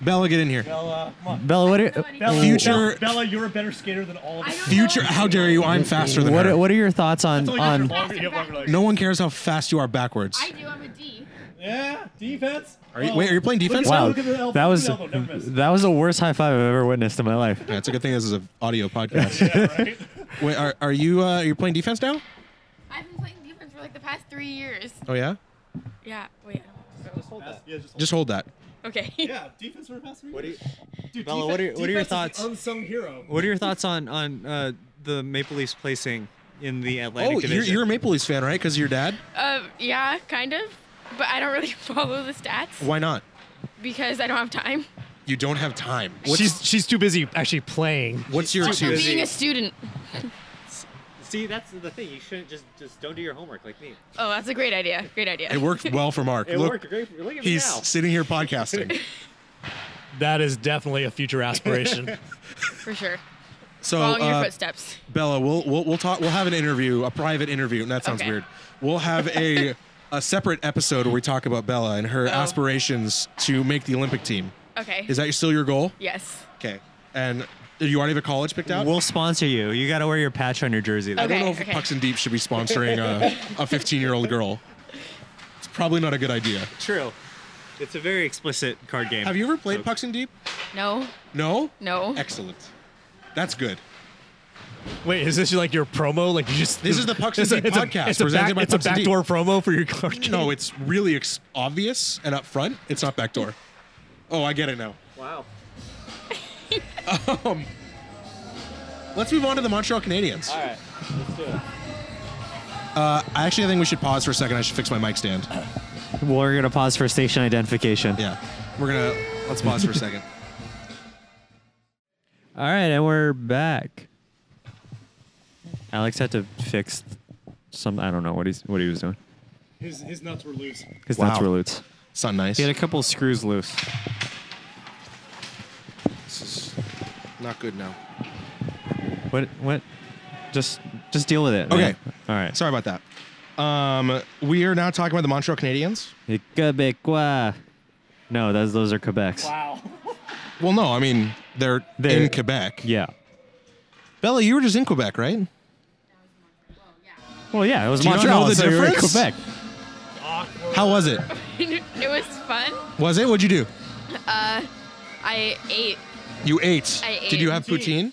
Bella, get in here. Bella, come on. Bella, what are Bella, Future- Bella, Bella, you're a better skater than all of I us. don't Future, know. how dare you? I'm faster than what her. are, what are your thoughts on That's all you have on to longer, you have longer legs. no one cares how fast you are backwards. I do. I'm a D. Yeah, defense. Are you, Oh. wait, are you playing Look at defense? the- wow? look at the elbow, That was look at the elbow, never miss. that was the worst high five I've ever witnessed in my life. Yeah, it's a good thing this is an audio podcast. Yeah, right? Wait, are, are you uh, you're playing defense now? I've been playing defense for like the past three years. Oh yeah. Yeah. Wait. Just hold that. Yeah, just, Just hold that. Okay. yeah, defense for fast What do you? Dude, Bella, defe- what are- what are your defense is the thoughts? unsung hero. What are your thoughts on on uh, the Maple Leafs placing in the Atlantic Oh, you're, you're a Maple Leafs fan, right? Because your dad. Uh, yeah, kind of. But I don't really follow the stats Why not? because I don't have time. You don't have time. What's, She's she's too busy actually playing. what's your Also, excuse? being a student. See, that's the thing. You shouldn't just just don't do your homework like me. Oh, that's a great idea. Great idea. It worked well for Mark. It Look, worked great. For, look at he's me now. sitting here podcasting. That is definitely a future aspiration. for sure. So Following your uh, footsteps. Bella, we'll, we'll we'll talk. We'll have an interview, a private interview. And that sounds Okay. weird. We'll have a a separate episode where we talk about Bella and her aspirations to make the Olympic team. Okay. Is that still your goal? yes. Okay. And you already have a college picked out. We'll sponsor you. You got to wear your patch on your jersey. though. I don't Okay, know if okay. Pucks and Deep should be sponsoring a, a 15 year old girl. It's probably not a good idea. True. It's a very explicit card game. Have you ever played Pucks and Deep? No. No? No. Excellent. That's good. Wait, is this like your promo? Like you just This is the Pucks and It's a- Deep it's a- podcast It's a, presented back, by it's a Pucks and Deep. backdoor promo for your card game. No, it's really ex- obvious and up front. It's not backdoor. Oh, I get it now. Wow. Let's move on to the Montreal Canadiens. All right, let's do it. Uh, I actually think we should pause for a second. I should fix my mic stand. We're gonna pause for station identification. Yeah. We're going to, let's pause for a second. All right, and we're back. Alex had to fix some. I don't know what he's what he was doing. His, his nuts were loose. His Wow. nuts were loose. Sound nice. He had a couple screws loose. This is not good now. What? What? Just just deal with it. Okay. man. All right. Sorry about that. Um, we are now talking about the Montreal Canadiens. Les Québécois. No, those those are Quebecs. Wow. Well, no, I mean they're, They're- in Quebec. Yeah. Bella, you were just in Quebec, right? Well, yeah, it was Do you not Montreal. know the so you were in difference? Quebec. How was it? it was fun. Was it? What'd you do? I ate. You ate. I ate Did you have poutine?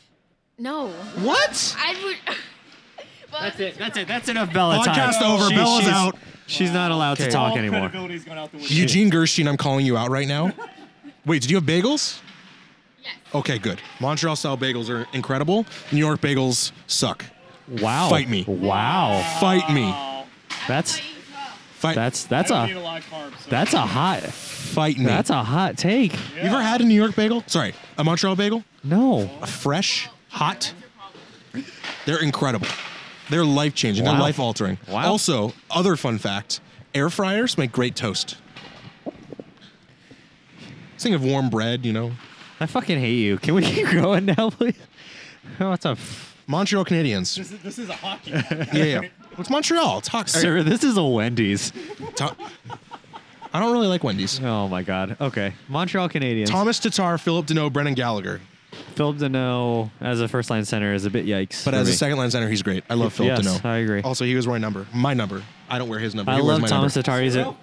No. What? I would. well, That's it. That's it. That's Enough Bella time. Podcast over. Bella's she's, out. She's not allowed to Okay. talk All anymore. credibility's going out the window. Eugene Gerstein, I'm calling you out right now. Wait, did you have bagels? Yes. Okay, good. Montreal style bagels are incredible. New York bagels suck. Wow. Fight me. Wow. Fight me. Wow. That's I eat as well. Fight. that's I that's don't need a a lot of carbs. So that's a hot fight me. that's a hot take. you ever had a New York bagel? Sorry, a Montreal bagel? No. A fresh, hot. They're incredible. They're life changing. They're Wow. life altering. Wow. Also, other fun fact air fryers make great toast. Thing of warm bread, you know. I fucking hate you. Can we keep going now, please? Oh, it's a f- Montreal Canadiens. This is, this is a hockey. podcast. Yeah, yeah. It's Montreal. It's hot. sir. This is a Wendy's. Ta- I don't really like Wendy's. Oh my God. Okay. Montreal Canadiens. Thomas Tatar, Philip Deneau, Brennan Gallagher. Philip Deneau as a first line center is a bit yikes. But for as a me. second line center, he's great. I love Philip Yes, Deneau. I agree. Also, he was my number. My number. I don't wear his number. I he wears love my Thomas number. Tatar. He's a Zero?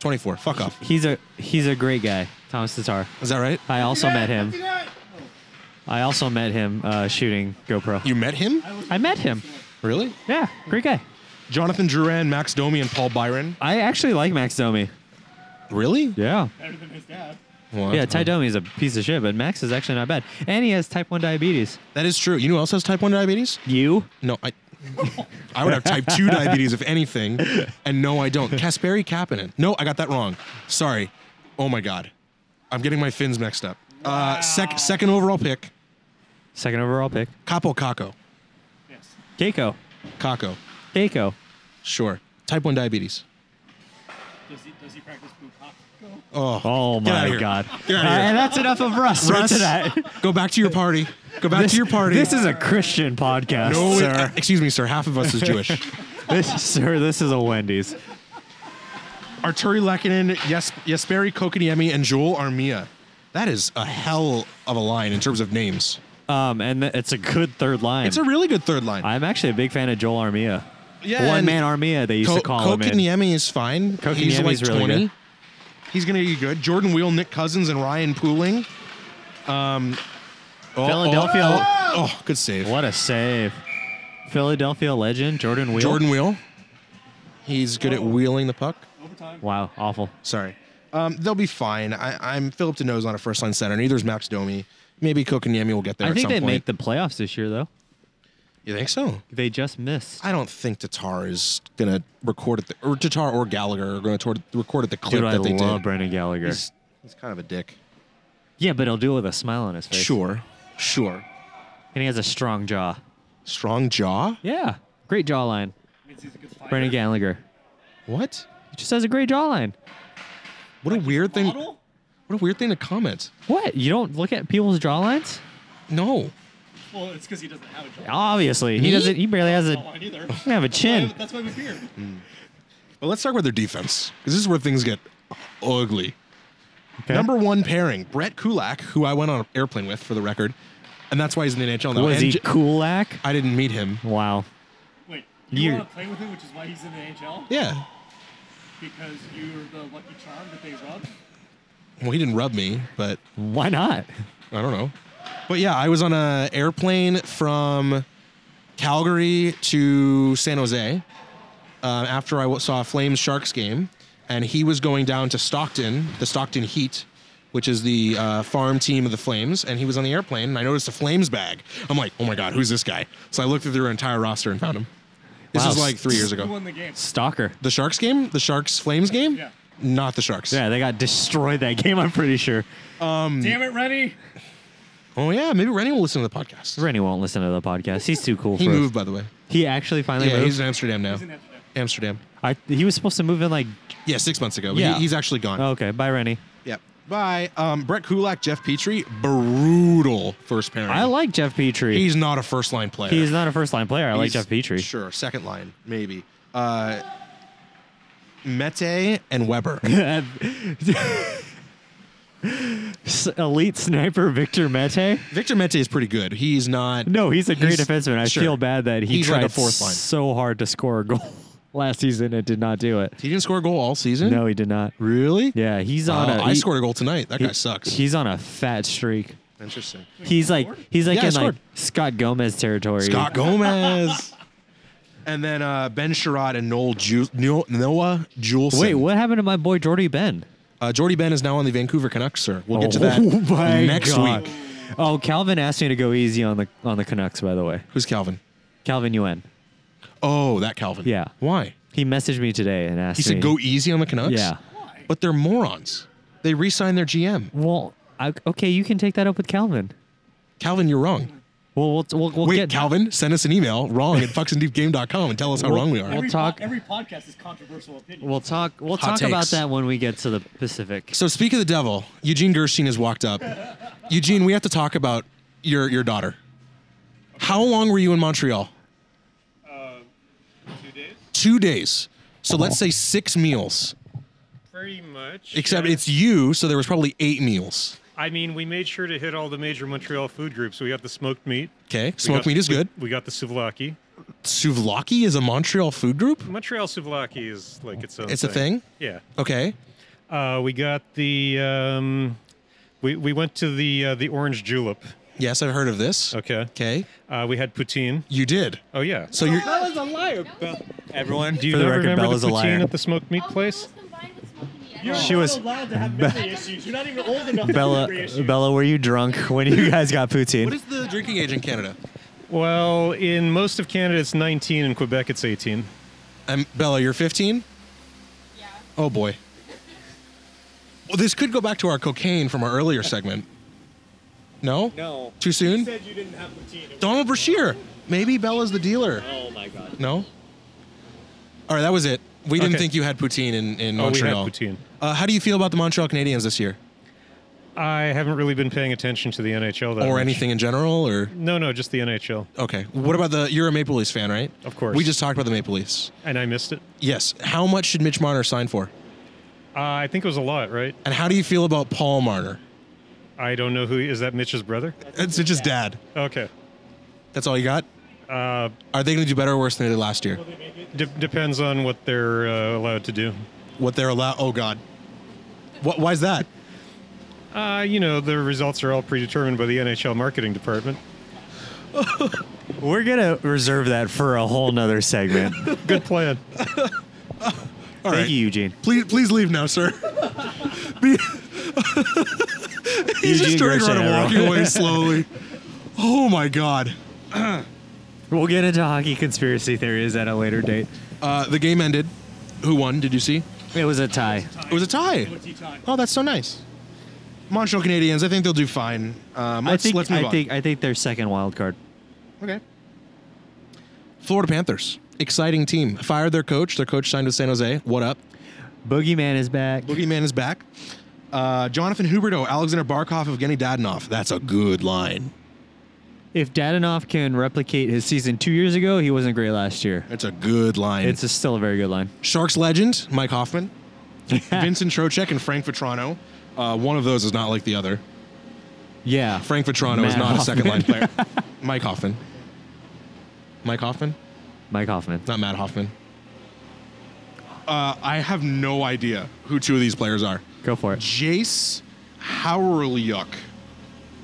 24. Fuck off. he's a he's a great guy. Thomas Tatar. Is that right? I also met him. Look at that. I also met him uh, shooting GoPro. You met him? I met him. Really? Yeah, great guy. Jonathan Duran, Max Domi, and Paul Byron. I actually like Max Domi. Really? Yeah. Better than his dad. Well, Yeah, that's Ty fine. Domi is a piece of shit, but Max is actually not bad. And he has type 1 diabetes. That is true. You know who else has type 1 diabetes? You? No, I I would have type 2 diabetes if anything. And no, I don't. Kasperi Kapanen. No, I got that wrong. Sorry. Oh my god. I'm getting my fins mixed up. Uh, sec- second overall pick, Second overall pick. Capo Caco. Yes. Keiko. Caco. Keiko. Sure. Type 1 diabetes. Does he, does he practice boot hockey? Oh. Oh Get outta my here. God. Get outta here. and that's enough of Russ, for Russ. tonight. Go back to your party. Go back this, to your party. This is a Christian podcast, no, it- uh, sir. excuse me, sir. Half of us is Jewish. this, sir, this is a Wendy's. Arturi Lekkonen, Yes, Jesperi Kokoniemi, and Joel Armia. That is a hell of a line in terms of names. Um, and th- it's a good third line. It's a really good third line. I'm actually a big fan of Joel Armia. Yeah, One and man Armia, they used to call him. in. Kokoniemi is fine. He's like Kokoniemi's really 20. good. He's going to be good. Jordan Wheel, Nick Cousins, and Ryan Pooling. Um, oh, Philadelphia- Oh, oh, oh, good save. What a save. Philadelphia legend, Jordan Wheel. Jordan Wheel. He's good at wheeling the puck. Wow, awful. Sorry. Um, they'll be fine. I, I'm Philip Deneau's not a first line center. Neither is Max Domi. Maybe Kokoniemi will get there I at think some they point. make the playoffs this year, though. you think so? They just missed. I don't think Tatar is gonna record it, or Tatar or Gallagher are gonna toward, record at the clip Dude, I that they love did. Brendan Gallagher. He's, he's kind of a dick. yeah, but he'll do it with a smile on his face. Sure, sure. And he has a strong jaw. Strong jaw. Yeah. Great jawline. Brendan Gallagher. What? He just has a great jawline. What a weird thing. What a weird thing to comment. What? You don't look at people's jawlines? No. Well, it's because he doesn't have a job Obviously. He doesn't he barely has a doesn't line either. have a chin. That's why we're here. Well, let's start with their defense because this is where things get ugly. Okay. Number one pairing, Brett Kulak, who I went on an airplane with for the record, and that's why he's in the NHL now. Was And he J- Kulak? I didn't meet him. Wow. Wait, you You're- want to play with him, which is why he's in the NHL? Yeah. Because you're the lucky charm that they rub? Well, he didn't rub me, but Why not? I don't know. But yeah, I was on a airplane from Calgary to San Jose uh, after I w- saw a Flames Sharks game, and he was going down to Stockton, the Stockton Heat, which is the uh, farm team of the Flames, and he was on the airplane, and I noticed a Flames bag. I'm like, oh my god, who's this guy? So I looked through their entire roster and found him. This Wow. is like three years Who ago. won the game? Stalker. The Sharks game, the Sharks Flames game, Yeah. not the Sharks. Yeah, they got destroyed that game, I'm pretty sure. Hmm. Damn it, Rennie! Oh yeah, maybe Rennie will listen to the podcast. Rennie won't listen to the podcast. He's too cool He for it. moved, by the way. He actually finally Yeah, moved. he's in Amsterdam now. He's in Amsterdam. Amsterdam. I, he was supposed to move in like Yeah, six months ago. But Yeah. he, he's actually gone. oh, okay. Bye, Rennie. Yep. Bye. Um, Brett Kulak, Jeff Petrie, brutal first pairing. I like Jeff Petrie. He's not a first line player. He's not a first line player. I like He's- Jeff Petrie. Sure, second line maybe. Uh, Mete and Weber. S- Elite sniper Victor Mete. Victor Mete is pretty good. He's not. No, he's a great He's- defenseman. I sure. feel bad that he He's like tried a fourth line. so hard to score a goal last season and did not do it. He didn't score a goal all season. No, he did not. Really? Yeah, he's Wow, on a. Uh, I he- scored a goal tonight. That he- guy sucks. He's on a fat streak. Interesting. He's like he's like Yeah, I in like scored. Scott Gomez territory. Scott Gomez. and then uh, Ben Sherrod and Noel Ju- Noel- Noah Juleson. Wait, what happened to my boy Jordy Ben? Uh, Jordy Ben is now on the Vancouver Canucks, sir. We'll get to Oh that my next God. week. Oh, Calvin asked me to go easy on the on the Canucks. By the way, Who's Calvin? Calvin Yuen. Oh, that Calvin. Yeah. Why? He messaged me today and asked He me. said go easy on the Canucks. Yeah. But they're morons. They re-signed their GM. Well, I, okay, you can take that up with Calvin. Calvin, you're wrong. Well, we'll we'll, we'll Wait, get Calvin, send us an email wrong at fucksanddeepgame.com and tell us how wrong we are. Every, talk- po- every podcast is controversial opinion. We'll talk. We'll Hot talk about takes. that when we get to the Pacific. So speak of the devil, Eugene Gerstein has walked up. Eugene, we have to talk about your your daughter. How long were you in Montreal? Two days? Two days. So let's say six meals. Pretty much. Except yeah. it's you, so there was probably eight meals. I mean, we made sure to hit all the major Montreal food groups. We got the smoked meat. Okay. We Smoked got- meat is we- good. We got the souvlaki. Souvlaki is a Montreal food group. Montreal souvlaki is like its own. It's a thing? Yeah. Okay. Uh, we got the. Um, we we went to the uh, the orange julep. Yes, I've heard of this. Okay. Okay. Uh, we had poutine. You did. Oh yeah. So you're everyone, do you For the not record, remember Bella's a the poutine liar. at the smoked meat place? You're She not was- allowed to have memory issues. You're not even old enough to Bella, have memory issues. Bella, were you drunk when you guys got What poutine? is the drinking age in Canada? Well, in most of Canada it's 19, in Quebec it's 18. I'm Um, Bella, you're 15? Yeah. Oh boy. Well, this could go back to our cocaine from our earlier segment. No? No. Too You soon? said you didn't have poutine. It Donald Brashear. Maybe Bella's the dealer. Oh my god. No? All right, that was it. We didn't Okay. think you had poutine in, in Oh, we had Montreal. poutine. Uh, how do you feel about the Montreal Canadiens this year? I haven't really been paying attention to the NHL that or much. anything in general, or No, no, just the NHL. okay. What about the? You're a Maple Leafs fan, right? Of course. We just talked about the Maple Leafs. And I missed it. Yes. How much should Mitch Marner sign for? Uh, I think it was a lot, right? And how do you feel about Paul Marner? I don't know who he- is that. Mitch's brother. It's just dad. Okay. That's all you got. Uh, Are they going to do better or worse than they did last year? de- depends on what they're uh, allowed to do. What they're allowed? Oh God. What? Why is that? Uh, you know, the results are all predetermined by the NHL marketing department. We're gonna reserve that for a whole nother segment. Thank Good plan. All right. you, Eugene. Please, please leave now, sir. Be- He's Eugene just turning Gerson, around and walking everyone. away slowly. Oh my God. We'll get into hockey conspiracy theories at a later date. Uh, the game ended. Who won? Did you see? It was a tie. It was a tie. OT time. Oh, that's so nice. Montreal Canadiens. I think they'll do fine. Um, I let's, think let's move I on. think I think their second wild card. Okay. Florida Panthers. Exciting team. Fired their coach. Their coach signed with San Jose. What up? Boogeyman is back. Boogeyman is back. Uh, Jonathan Huberto, Alexander Barkov, Evgeny Dadonov. That's a good line. If Dadanoff can replicate his season two years ago, he wasn't great last year. It's a good line. It's a, still a very good line. Sharks legend Mike Hoffman, Vincent Trocek, and Frank Vitrano. Uh, one of those is not like the other. Yeah. Frank Vitrano is Matt not a second line Hoffman. player. Mike Hoffman. Mike Hoffman, Mike Hoffman. not Matt Hoffman. Uh, I have no idea who two of these players are. Go for it. Jace Howerlyuk,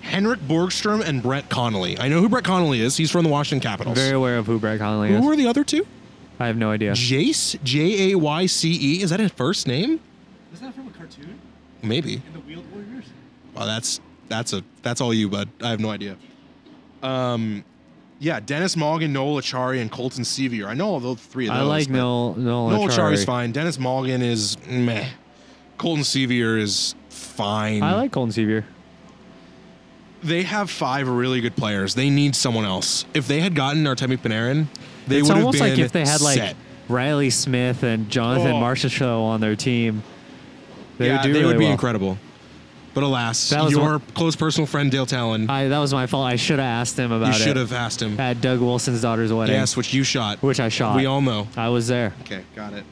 Henrik Borgstrom, and Brett Connolly. I know who Brett Connolly is. He's from the Washington Capitals. Very aware of who Brad Conley who is. were the other two? I have no idea. Jace, J A Y C E. Is that his first name? Is that from a cartoon? Maybe. The Wheeled Warriors? Wow, that's that's a that's all you, bud. I have no idea. Um, yeah, Dennis Morgan, Noel Achari, and Colton Sevier. I know all those three of those. I like but Noel Noel Noel Achari's Achari. fine. Dennis Morgan is meh. Colton Sevier is fine. I like Colton Sevier. They have five really good players. They need someone else. If they had gotten Artemi Panarin, they it's would have almost been like if they had like set. Riley Smith and Jonathan Oh. Marchessault on their team, they yeah, would do they really would be well. incredible. But alas, That was your one- close personal friend Dale Talon, I, that was my fault. I should have asked him you about should it have asked him. at Doug Wilson's daughter's wedding, Yes, which you shot. which I shot. We all know. I was there. Okay, got it.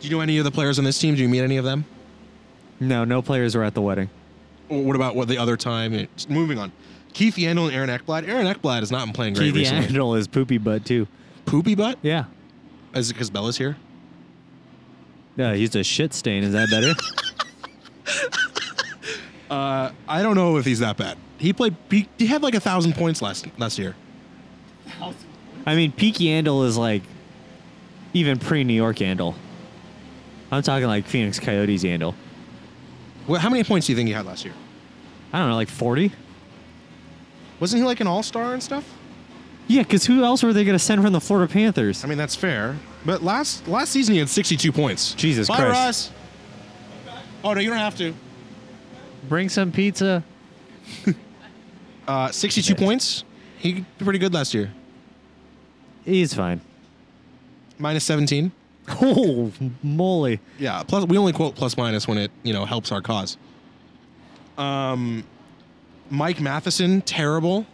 Do you know any of the players on this team? Do you meet any of them? No, no players were at the wedding. Or what about what the other time? It's- moving on. Keith Yandel and Aaron Eckblad. Aaron Eckblad has not been playing great Keith recently. Yandel is poopy butt too. Poopy butt? Yeah. Is it because Bella's here? Yeah, he's a shit stain. Is that better? Uh, I don't know if he's that bad. He played. He, he had like a thousand points last last year. I mean, peak Yandel is like even pre New York Yandel. I'm talking like Phoenix Coyotes Yandel. Well, how many points do you think he had last year? I don't know, like 40? Wasn't he like an All Star and stuff? Yeah, because who else were they going to send from the Florida Panthers? I mean, that's fair. But last last season he had sixty two points. Jesus Bye, Christ. Ross. Oh no, you don't have to. Bring some pizza. Uh, sixty two Okay. points. He did pretty good last year. He's fine. Minus seventeen. Oh, moly. Yeah. Plus, we only quote plus minus when it you know helps our cause. Um, Mike Matheson, terrible.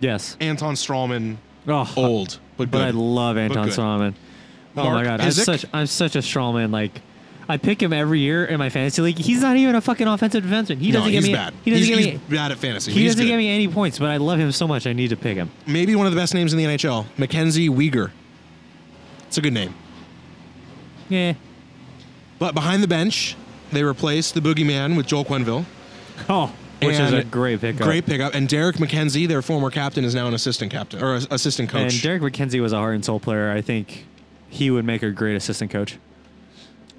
Yes. Anton Strawman, Oh, old but good. but I love Anton good. Strawman. Oh my Mark god, I'm Piszczek? such I'm such a Strawman. Like, I pick him every year in my fantasy league. He's not even a fucking offensive defenseman. He No, doesn't he's give me. bad. He doesn't he's, give he's me. bad at fantasy. He He's doesn't good. give me any points, but I love him so much. I need to pick him. Maybe one of the best names in the NHL, Mackenzie Weegar. It's a good name. Yeah. But behind the bench, they replaced the boogeyman with Joel Quenville. Oh, which is And a great pickup. Great pickup. And Derek McKenzie, their former captain, is now an assistant captain or a- assistant And coach Derek McKenzie was a heart and soul player. I think he would make a great assistant coach.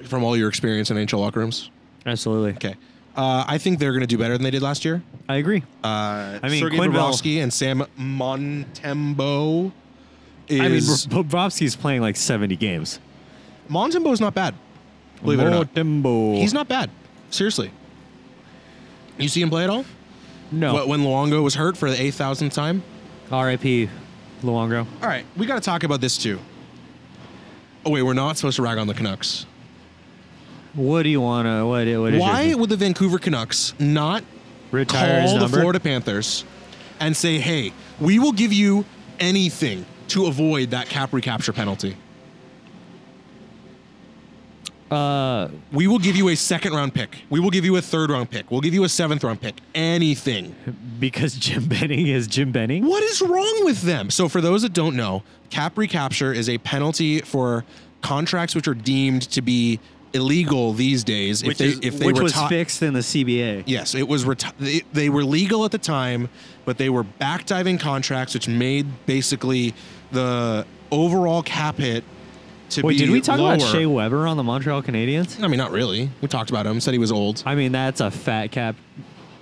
from all your experience in NHL locker rooms. Absolutely. Okay. Uh, I think they're going to do better than they did last year. I agree. Uh, I mean, Sergei Quenneville- Bobrovsky and Sam Montembeau I mean, is Bob- Bobrovsky's playing like 70 games. Montembeau's not bad. Believe it or not, Motembo. he's not bad. Seriously, you see him play at all? No. Wh- When Luongo was hurt for the eight thousandth time. R.I.P. Luongo. All right, we got to talk about this too. Oh wait, we're not supposed to rag on the Canucks. What do you want to? What? What is your- Why would the Vancouver Canucks not Retire his call the number. Florida Panthers and say, hey, we will give you anything to avoid that cap recapture penalty. uh, We will give you a second round pick. We will give you a third round pick. We'll give you a seventh round pick. Anything. because Jim Benning is Jim Benning. What is wrong with them? So, for those that don't know, cap recapture is a penalty for contracts which are deemed to be illegal these days. Which, if is, they, if they which were was ti- fixed in the CBA. Yes, it was. Reti- they, they were legal at the time, but they were backdiving contracts, which made basically the overall cap hit to Wait, be did we talk lower. about Shea Weber on the Montreal Canadiens? I mean, not really. We talked about him. Said he was old. I mean, that's a fat cap.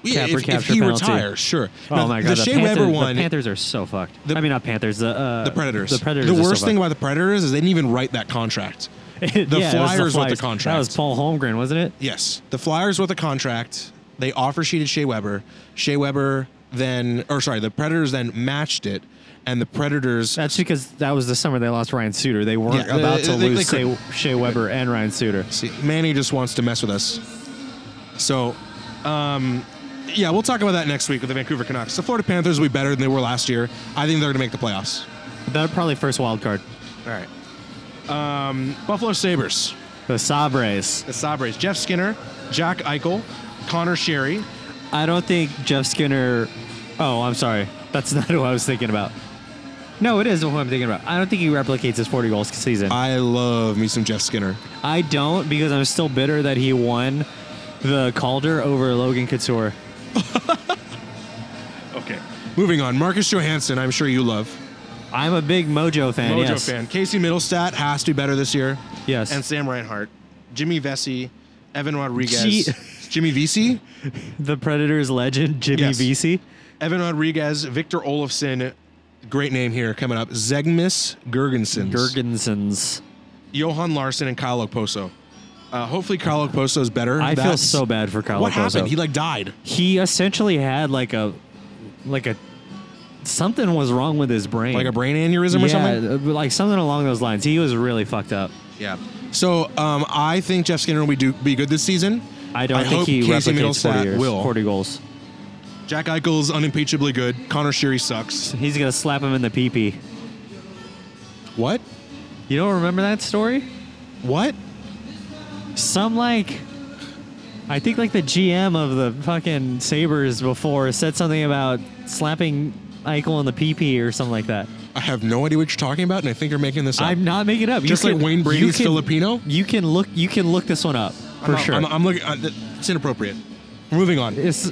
Yeah, Cap if, if recapture he penalty. retires, sure. Oh Now, my god, the Shea Panther- Weber one, The Panthers are so fucked. The- I mean, not Panthers. The uh, the Predators. The Predators. The are so worst thing fucked. about the Predators is they didn't even write that contract. The Yeah, it was Flyers wrote the Flyers. That was contract. Paul Holmgren, wasn't it? Yes, the Flyers with a contract. They offer sheeted Shea Weber. Shea Weber then, or sorry, the Predators then matched it, and the Predators. That's because that was the summer they lost Ryan Suter. They weren't Yeah, about they- to they- they lose couldn't. Shea, Shea Weber and Ryan Suter. see, Manny just wants to mess with us. So, um, yeah, we'll talk about that next week with the Vancouver Canucks. The Florida Panthers will be better than they were last year. I think they're going to make the playoffs. That probably first wild card. All right. Um, Buffalo Sabers. The Sabres. the Sabres. Jeff Skinner, Jack Eichel, Connor Sherry. I don't think Jeff Skinner. Oh, I'm sorry. That's not who I was thinking about. No, it is who I'm thinking about. I don't think he replicates his 40 goals season. I love me some Jeff Skinner. I don't because I'm still bitter that he won the Calder over Logan Couture. Okay. Moving on. Marcus Johansson, I'm sure you love. I'm a big Mojo fan. Mojo yes. fan. Casey Middlestat has to be better this year. Yes. And Sam Reinhart. Jimmy Vesey, Evan Rodriguez. Gee. Jimmy Vesey? The Predators legend Jimmy Yes. Vesey. Evan Rodriguez, Victor Olafson. Great name here coming up. Zegmis Gergensen. Gergensons. Johan Larson and Kyle Okposo. Uh, hopefully Kyle Okposo is better. I feel That's- so bad for Kyle What Okposo. happened? He like died. he essentially had like a like a something was wrong with his brain Like a brain aneurysm or something? yeah, uh, like something along those lines he was really fucked up Yeah. So um, I think Jeff Skinner will be, do, be good this season. i don't think hope he Casey replicates 40, Middlestat years, will. 40 goals Jack Eichel's unimpeachably good. Connor Sheary sucks. he's gonna slap him in the pee-pee What? you don't remember that story What? some like i think like the gm of the fucking sabres before said something about slapping eichel in the pee-pee or something like that I have no idea what you're talking about, and I think you're making this up. i'm not making it up You Just like can- Wayne you Brady's can- Filipino? you can look you can look this one up I'm for out- sure I'm, I'm looking. Uh, th- it's inappropriate. Moving on. It's-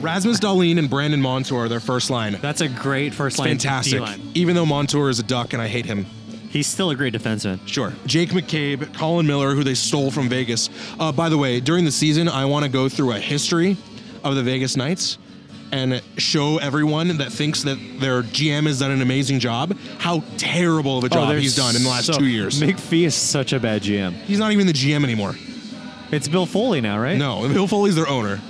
Rasmus Dahlin and Brandon Montour, are their first line. That's a great first line. Fantastic. D-line. Even though Montour is a duck and I hate him. He's still a great defenseman. Sure. Jake McCabe, Colin Miller, who they stole from Vegas. Uh, by the way, during the season, I want to go through a history of the Vegas Knights and show everyone that thinks that their GM has done an amazing job how terrible Oh, of a job he's done in the last two years. McPhee is such a bad GM. He's not even the GM anymore. It's Bill Foley now, right? No, Bill Foley's their owner.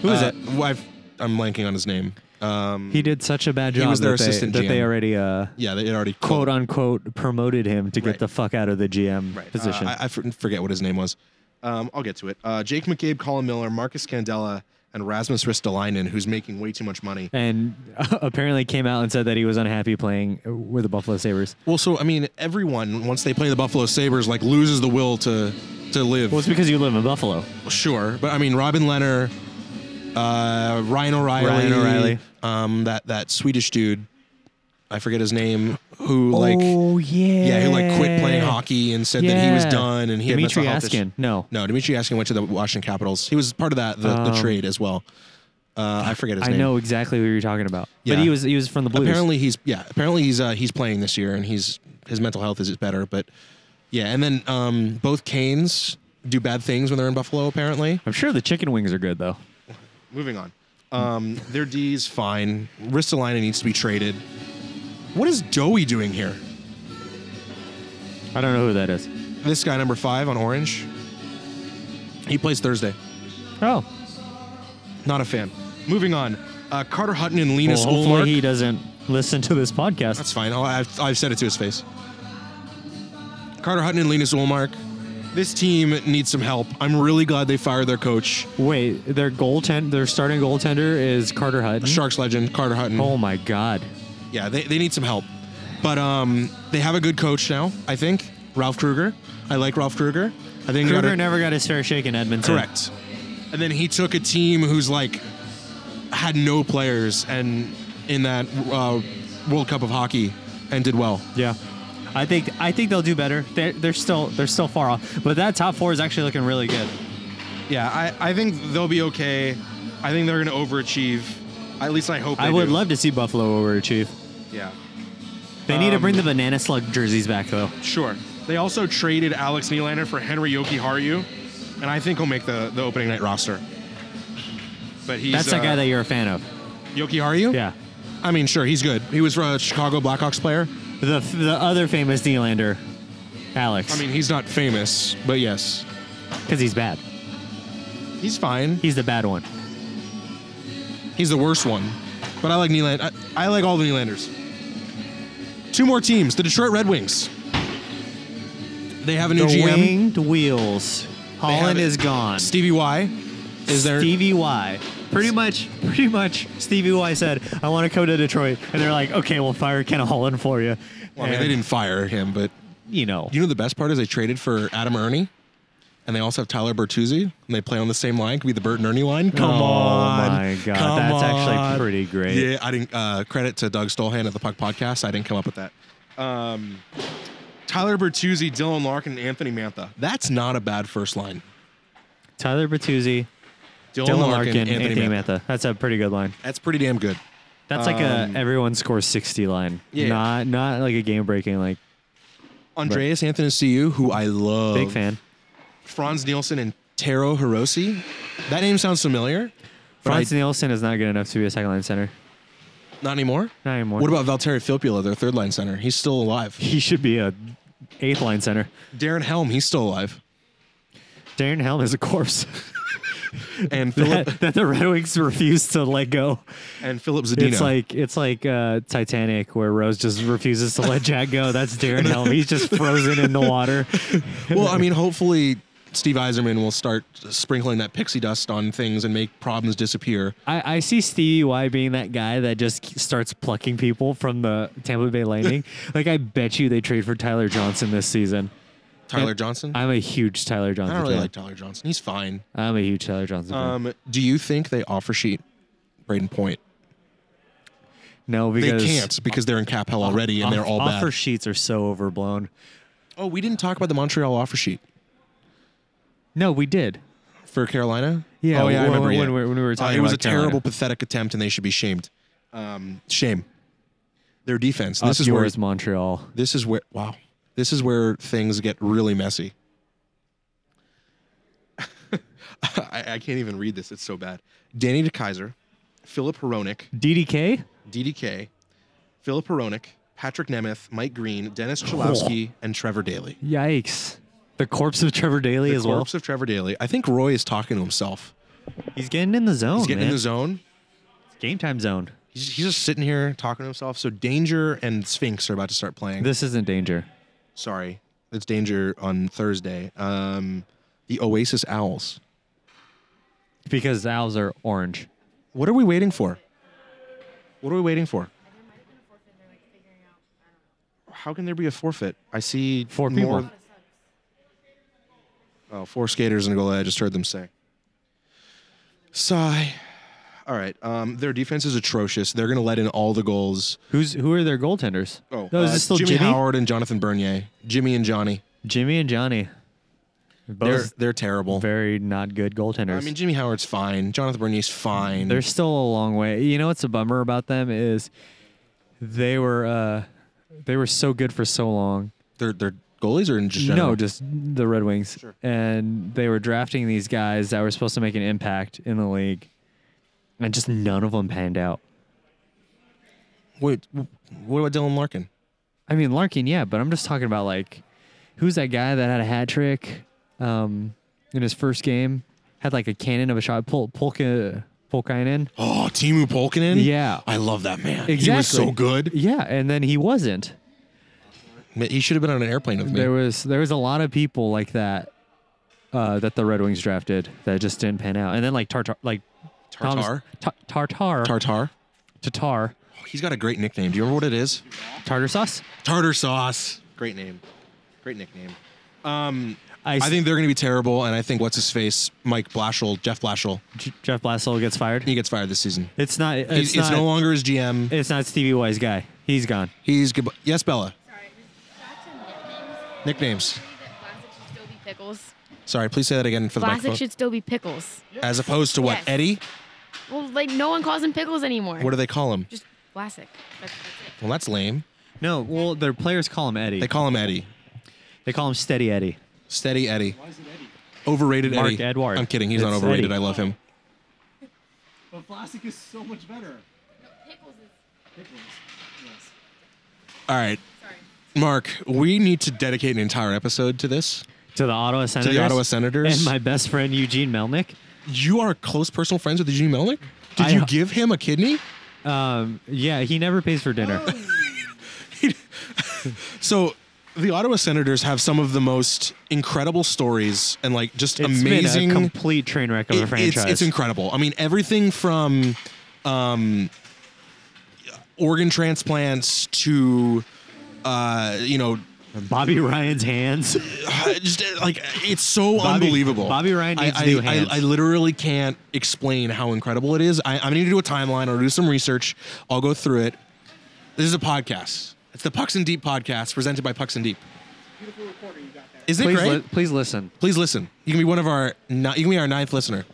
Who is Uh, it? I've, I'm blanking on his name. Um, He did such a bad job was their that, they, assistant that they GM. already uh, yeah, they had already quote unquote promoted him to get Right. the fuck out of the GM position. Uh, I, I for- forget what his name was. Um, I'll get to it. Uh, Jake McCabe, Colin Miller, Marcus Candela, and Rasmus Ristolainen, who's making way too much money. and apparently came out and said that he was unhappy playing with the Buffalo Sabres. Well, so I mean, everyone once they play the Buffalo Sabers, like loses the will to to live. Well, it's because you live in Buffalo. sure, but I mean, Robin Leonard, uh, Ryan O'Reilly, Ryan O'Reilly. um, that that Swedish dude, I forget his name, who like Oh, yeah. yeah, who like quit playing hockey and said that he was Yeah. done and he had Dmitri mental health issues. Askin. No. No, Dimitri Askin went to the Washington Capitals. He was part of that the, the Um, trade as well. Uh, I forget his I name. know exactly who you're talking about. Yeah. But he was he was from the Blues. Apparently he's yeah. Apparently he's uh, he's playing this year and he's his mental health is better. But yeah, and then um, both Canes do bad things when they're in Buffalo. Apparently. I'm sure the chicken wings are good though. Moving on. Um, their D's fine. Ristolainen needs to be traded. What is Doey doing here? I don't know who that is. This guy number five on orange. He plays Thursday. Oh, Not a fan. Moving on. Uh, Carter Hutton and well, Linus hopefully Ullmark. he doesn't listen to this podcast. Oh, That's fine. I'll, I've, I've said it to his face. Carter Hutton and Linus Ulmark. This team needs some help. I'm really glad they fired their coach, Wait, their goaltend, their starting goaltender is Carter Hutton. Sharks legend Carter Hutton. Oh my god. Yeah, they, they need some help. But um, they have a good coach now, I think. Ralph Kruger. I like Ralph Kruger. I think they got Kruger a- never got his fair shake in Edmonton. correct. And then he took a team who's like had no players and in that uh, World Cup of hockey and did well. Yeah. I think I think they'll do better. They're, they're still they're still far off, but that top four is actually looking really good. Yeah, I, I think they'll be okay. I think they're going to overachieve. At least I hope. I they would do. love to see Buffalo overachieve. Yeah, They need to Um, bring the banana slug jerseys back though. sure. They also traded Alex Nylander for Henry Yoki Haru, and I think he'll make the, the opening night roster. But he's That's uh, the guy that you're a fan of. Yoki Haru. Yeah. I mean, sure, he's good. He was a Chicago Blackhawks player. The f- the other famous D-lander, Alex. I mean, he's not famous, but yes, because he's bad. he's fine. He's the bad one. He's the worst one. But I like Nyland. I, I like all the Nylanders. Two more teams. The Detroit Red Wings. They have a new the GM. winged wheels. They have Holland it. is gone. Stevie Y. Is there? Stevie Y. Pretty much, pretty much. Stevie Y said, "I want to go to Detroit," and they're like, "Okay, we'll fire Ken Holland for you." Well, I mean, And, they didn't fire him, but You know. you know the best part is they traded for Adam Ernie, and they also have Tyler Bertuzzi, and they play on the same line. Could be the Bert and Ernie line. Come oh on, my god, Come that's on. actually pretty great. Yeah, I didn't. Uh, credit to Doug Stolhan at the Puck Podcast. I didn't come up with that. Um, Tyler Bertuzzi, Dylan Larkin, and Anthony Mantha. That's not a bad first line. Tyler Bertuzzi, Dylan, Dylan Larkin, Larkin, Anthony, Anthony Mantha. Mantha. That's a pretty good line. That's pretty damn good. That's like a everyone scores sixty line. Um, Yeah. Not not like a game breaking. Like Andreas Anthony who I love. big fan. Franz Nielsen and Taro Hirose. That name sounds familiar. but Franz I- Nielsen is not good enough to be a second line center. not anymore. Not anymore. What about Valteri Filppula, their third line center? He's still alive. He should be a eighth line center. Darren Helm, he's still alive. Darren Helm is a corpse And Philip that, that the Red Wings refuse to let go. and Philip Zadina. It's like it's like uh, Titanic where Rose just refuses to let Jack go. That's Darren Helm. He's just frozen in the water. well, I mean, hopefully Steve Eiserman will start sprinkling that pixie dust on things and make problems disappear. I, I see Stevie Y being that guy that just starts plucking people from the Tampa Bay Lightning. like I bet you they trade for Tyler Johnson this season. Tyler And Johnson. I, I'm a huge Tyler Johnson. don't really fan. like Tyler Johnson. He's fine. I'm a huge Tyler Johnson. fan. Um, do you think they offer sheet Braden Point? no, They because can't because they're in cap hell already and they're all offer bad. sheets are so overblown. Oh, we didn't talk about the Montreal offer sheet No, we did. for Carolina. Yeah, Oh yeah, I when- remember when yeah. we were- when we were Uh, talking it was about a Carolina. terrible, pathetic attempt, and they should be shamed. Um, shame. Their defense. This Up is where. yours, Montreal. This is where. Wow. This is where things get really messy. I, I can't even read this. It's so bad. Danny DeKaiser, Philip Horonic, DDK? DDK, Philip Horonic, Patrick Nemeth, Mike Green, Oh. Dennis Chalowski, and Trevor Daly. Yikes. The corpse of Trevor Daly The as corpse of Trevor Daly. I think Roy is talking to himself. well. He's getting in the zone. He's getting man. in the zone. game time zone. He's, he's just sitting here talking to himself. So Danger and Sphinx are about to start playing. This isn't danger. Sorry, it's Danger on Thursday. Um, the Oasis Owls. Because the owls are orange. What are we waiting for? What are we waiting for? How can there be a forfeit? I see Four more. people. Oh, four skaters in a goal. I just heard them say. Sigh. All right. Um, their defense is atrocious. They're going to let in all the goals. Who's who are their goaltenders? Oh, no, is uh, this still Jimmy Jimmy? Howard and Jonathan Bernier. Jimmy and Johnny. Jimmy and Johnny. They're Both they're terrible. very not good goaltenders. I mean, Jimmy Howard's fine. Jonathan Bernier's fine. They're still a long way. You know what's a bummer about them is they were uh they were so good for so long. their their goalies are in just general? No, just the Red Wings. And they were drafting these guys that were supposed to make an impact in the league. And just none of them panned out. wait. wh- What about Dylan Larkin? I mean Larkin, yeah, but I'm just talking about like who's that guy that had a hat trick um, in his first game? Had like a cannon of a shot. Pol- Polka Polkainen. Oh, Timu Polkinen. Yeah. I love that man. He was Exactly. so good. Yeah, and then he wasn't. He should have been on an airplane with me. There was there was a lot of people like that uh, that the Red Wings drafted that just didn't pan out, and then like Tartar, like Tom's- Tartar? Ta- Tartar, Tartar. Tatar, Oh, he's got a great nickname. Do you remember what it is? Tartar sauce. Tartar sauce. Great name. Great nickname. Um, I, I think they're going to be terrible, and I think what's his face, Mike Blashill, Jeff Blashill, J- Jeff Blasel gets fired. he gets fired this season. It's not. It's, He's, it's, not, no longer his GM. it's not Stevie Y's guy. He's gone. He's good. Yes, Bella. Sorry, back to nicknames. Nicknames. I agree that Vlasic should still be Pickles. Sorry, please say that again for the microphone. Vlasic should still be Pickles. As opposed to what, Yes. Eddie? Well, like no one calls him Pickles anymore. What do they call him? Just Vlasic. That's, that's it. Well, that's lame. No, well, their players call him Eddie. They call him Eddie. They call him Steady Eddie. Steady Eddie. Overrated Mark Eddie. Edward. I'm kidding. He's not It's overrated. Eddie. I love him. But Vlasic is so much better. Pickles is Pickles. Yes. All right, sorry. Mark, we need to dedicate an entire episode to this. To the Ottawa Senators. Ottawa Senators. And my best friend Eugene Melnick. You are close personal friends with Eugene Melnick? Did I- you give him a kidney? Um, yeah, he never pays for dinner. Oh, So the Ottawa Senators have some of the most incredible stories and like just It's amazing been a complete train wreck of a It- franchise. It's, it's incredible. I mean, everything from um, organ transplants to uh, you know, Bobby Ryan's hands. just uh, like it's so Bobby- unbelievable. Bobby Ryan I- needs I, new I, hands. I, literally can't explain how incredible it is. I, I need to do a timeline or do some research. I'll go through it. This is a podcast. It's the Pucks and Deep podcast presented by Pucks and Deep. Beautiful recorder you got there. Isn't it please, great? li- please listen. Please listen. You can be one of our. Ni- you can be our ninth listener.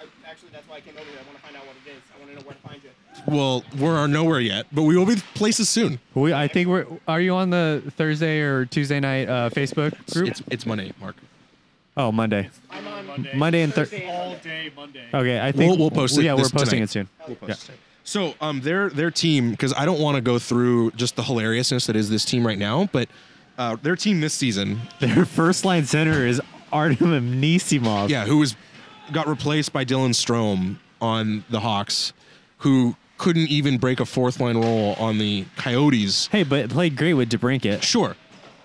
I, actually, that's why I came over here. I want to find out what it is. I want to know where to find it. Well, we're nowhere yet, but we will be places soon. We, I think we're. Are you on the Thursday or Tuesday night uh, Facebook group? It's it's Monday, Mark. oh, Monday. I'm on Monday. Monday and Thursday. All day Monday. Okay, I think We'll- we'll post it Yeah, this we're posting tonight. it soon. So um, their their team because I don't want to go through just the hilariousness that is this team right now, but uh, their team this season, Their first line center is Artem Nisimov. yeah, who was got replaced by Dylan Strome on the Hawks, who couldn't even break a fourth line role on the Coyotes. Hey, but played great with DeBrinket. Sure.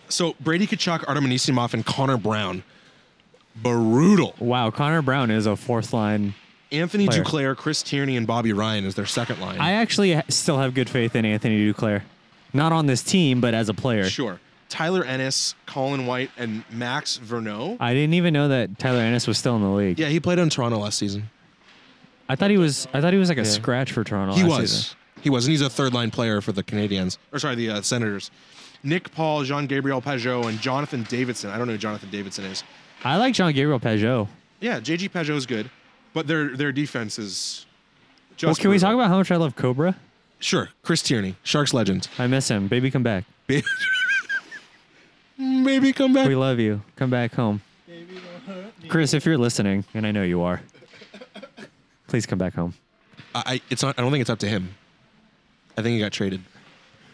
So Brady Kachuk, Artem Anisimov, and Connor Brown, brutal. Wow, Connor Brown is a fourth line. Anthony Player. Duclair, Chris Tierney, and Bobby Ryan is their second line. I actually ha- still have good faith in Anthony Duclair. Not on this team, but as a player. sure. Tyler Ennis, Colin White, and Max Verneau. I didn't even know that Tyler Ennis was still in the league. Yeah, he played on Toronto last season. I thought he was. I thought he was like a scratch for Toronto. He last was. season. He was, and he's a third line player for the Canadians, or sorry, the uh, Senators. Nick Paul, Jean Gabriel Pajot, and Jonathan Davidson. I don't know who Jonathan Davidson is. I like John Gabriel Peugeot. Yeah, JG Pajot is good, but their their defense is. Just Well, can we brutal. talk about how much I love Cobra? Sure, Chris Tierney, Sharks legend. I miss him. Baby, come back. Maybe come back. We love you. Come back home. Chris, if you're listening, and I know you are, please come back home. I, I it's not. I don't think it's up to him. I think he got traded.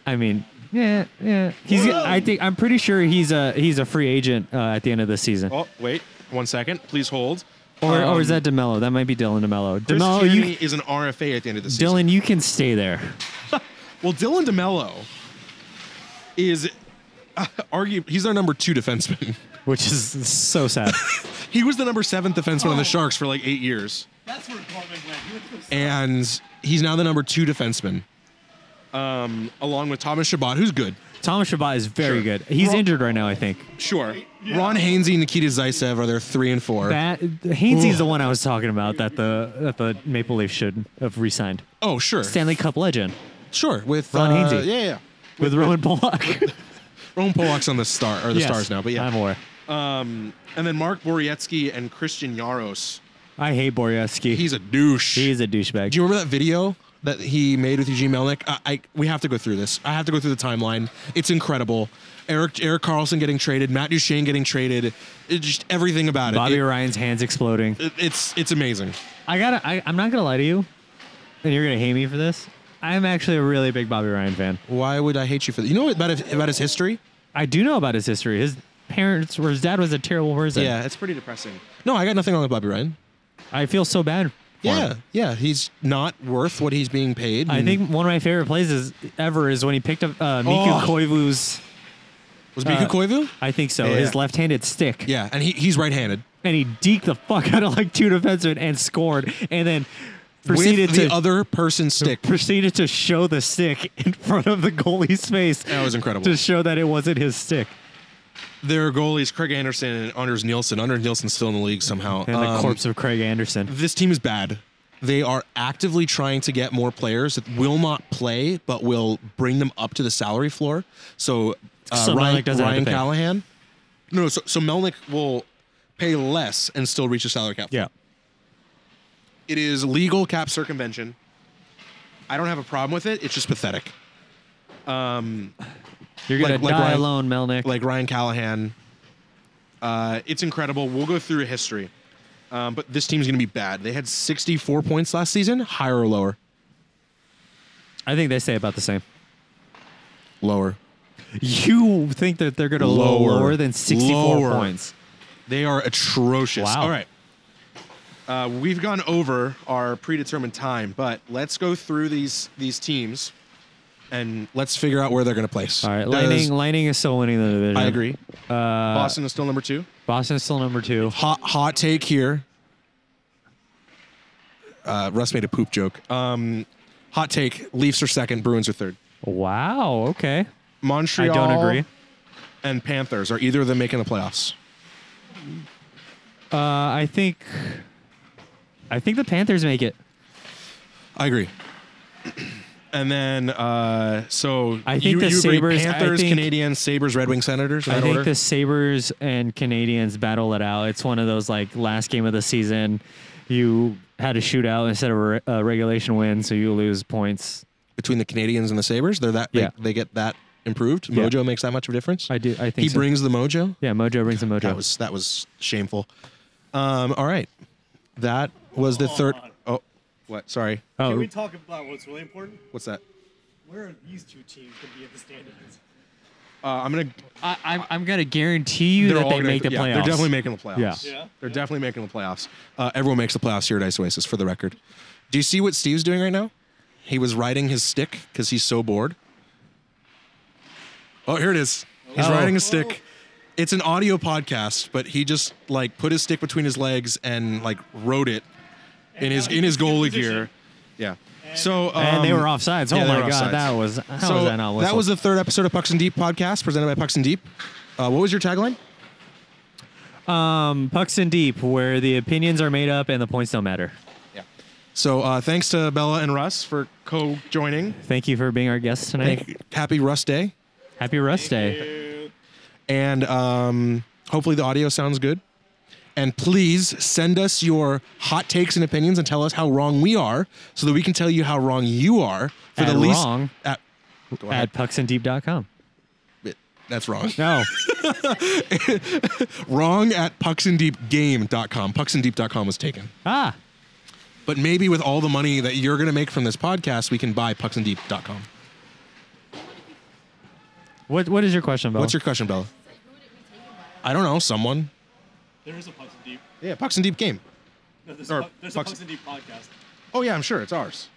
I mean, yeah, yeah. He's. I think I'm pretty sure he's a he's a free agent uh, at the end of this season. Oh wait, one second, please hold. Or or is Um, that Demelo? That might be Dylan Demelo. Chris Demelo, Tierney you is an RFA at the end of the season. Dylan, you can stay there. Well, Dylan DeMello is uh, argue he's their number two defenseman. Which is so sad. he was the number seventh defenseman on the Sharks for like eight years, That's where Gorman went. He went to the and he's now the number two defenseman, um, along with Thomas Shabbat, who's good. Thomas Shabbat is very good. He's Well- injured right now, I think. Sure. Ron Hainsey, Nikita Zaitsev are their three and four. That Hainsey's the one I was talking about that the that the Maple Leafs should have re-signed. oh, sure, Stanley Cup legend sure. With Ron uh, Hainsey. yeah, yeah. with Roman Pollock. Roman Polak's on the star or the stars now, but yeah. I'm aware. and then Mark Borietsky and Christian Yaros. I hate Borieski. He's a douche. he's a douchebag. Do you remember that video that he made with Eugene Melnick? I, I we have to go through this. I have to go through the timeline. It's incredible. Eric Eric Carlson getting traded, Matt Duchene getting traded, it, just everything about it. Bobby It- Ryan's hands exploding. it- It's it's amazing. I gotta. I, I'm not gonna lie to you, and you're gonna hate me for this. I'm actually a really big Bobby Ryan fan. Why would I hate you for that? You know what about his, about his history? I do know about his history. His parents, or his dad, was a terrible person. Yeah, it's pretty depressing. No, I got nothing on Bobby Ryan. I feel so bad. for Yeah, him. yeah, he's not worth what he's being paid. I and think one of my favorite plays is, ever is when he picked up uh, Miku Oh. Koivu's Was Miku Koivu? I think so. Yeah, His yeah. left-handed stick. Yeah, and he, he's right-handed. And he deked the fuck out of like two defensemen and scored, and then proceeded With the to other person's stick. proceeded to show the stick in front of the goalie's face That was incredible. to show that it wasn't his stick. Their goalies, Craig Anderson and Anders Nielsen. Anders Nielsen's still in the league somehow. And the Um, corpse of Craig Anderson. This team is bad. They are actively trying to get more players that will not play, but will bring them up to the salary floor. So uh, So Ryan, Melnyk doesn't have to Ryan pay. Callahan. No, no, so, so Melnick will pay less and still reach the salary cap. Yeah. It is legal cap circumvention. I don't have a problem with it. It's just pathetic. You're gonna Like- like die Ryan- alone, Melnick. like Ryan Callahan. Uh, it's incredible. We'll go through history, um, but this team's going to be bad. They had 64 points last season, higher or lower? I think they say about the same. Lower. You think that they're gonna Lower. lower, lower than 64 Lower. points? They are atrocious. Wow. All right. Uh, we've gone over our predetermined time, but let's go through these these teams, and let's figure out where they're going to place. All right, Does- Lightning. Uh, Lightning is still winning the division. I agree. Boston is still number two. Boston is still number two. hot hot take here. Uh, Russ made a poop joke. Um, hot take: Leafs are second, Bruins are third. Wow. Okay. Montreal. I don't agree. And Panthers are either of them making the playoffs? Uh, I think. I think the Panthers make it. I agree. And then, uh, so I think you, the you agree Sabres- I Panthers, think- Canadians, Sabers, Red Wing, Senators. in I that think order? the Sabers and Canadians battle it out. It's one of those like last game of the season. You had a shootout instead of a, re- a regulation win, so you lose points. between the Canadians and the Sabers, they're that Yeah. they, they get that improved. Yeah. Mojo makes that much of a difference. I do. I think he so. brings the mojo. Yeah, Mojo brings a Mojo. That was that was shameful. Um, all right, that was the third. Oh, what? Sorry, oh, Can we talk about what's really important? what's that? Where are these two teams going to be in the standings? Uh, I'm gonna. I, I'm, I'm gonna guarantee you They're that all they gonna- make the yeah, playoffs. They're definitely making the playoffs. Yeah. Yeah. They're definitely making the playoffs. Uh, everyone makes the playoffs here at Ice Oasis, for the record. Do you see what Steve's doing right now? He was riding his stick because he's so bored. Oh, here it is. He's Oh. riding a stick. It's an audio podcast, but he just like put his stick between his legs and like rode it in his in his goalie gear. Yeah. So um, and they were offsides. Oh yeah, they my were god, offsides. that was how so was that not that was the third episode of Pucks and Deep podcast presented by Pucks and Deep. Uh, what was your tagline? um, pucks and deep, where the opinions are made up and the points don't matter. So uh, thanks to Bella and Russ for co-joining. Thank you for being our guest tonight. Thank, happy Rust Day, Happy rest day. and um, hopefully the audio sounds good. And please send us your hot takes and opinions and tell us how wrong we are, so that we can tell you how wrong you are for At the least. wrong. At, go ahead. At pucksanddeep.com. That's wrong. No, wrong at pucksanddeepgame.com. Pucksanddeep.com was taken. ah, But maybe with all the money that you're going to make from this podcast, we can buy pucksanddeep.com. what what is your question, Bo? What's your question, Bella? I don't know. Someone. There is a Pucks and Deep. Yeah, Pucks and Deep game. No, there's, Or a, Puck- there's a Pucks- Pucks and Deep podcast. Oh yeah, I'm sure it's ours.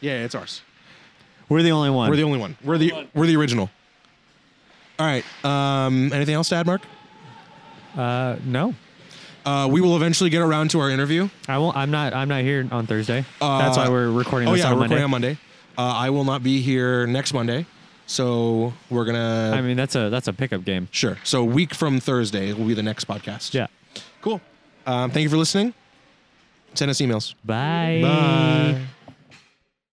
Yeah, it's ours. We're the only one. We're the only one. We're the we're the original. All right. Um, anything else to add, Mark? uh, no, Uh, we will eventually get around to our interview. I won't. I'm not. I'm not here on Thursday. Uh, That's why we're recording Oh this yeah, on we're Monday. recording on Monday. Uh, I will not be here next Monday, so we're gonna. I mean, that's a that's a pickup game. sure. So a week from Thursday will be the next podcast. Yeah. Cool. Um, thank you for listening. Send us emails. Bye. Bye.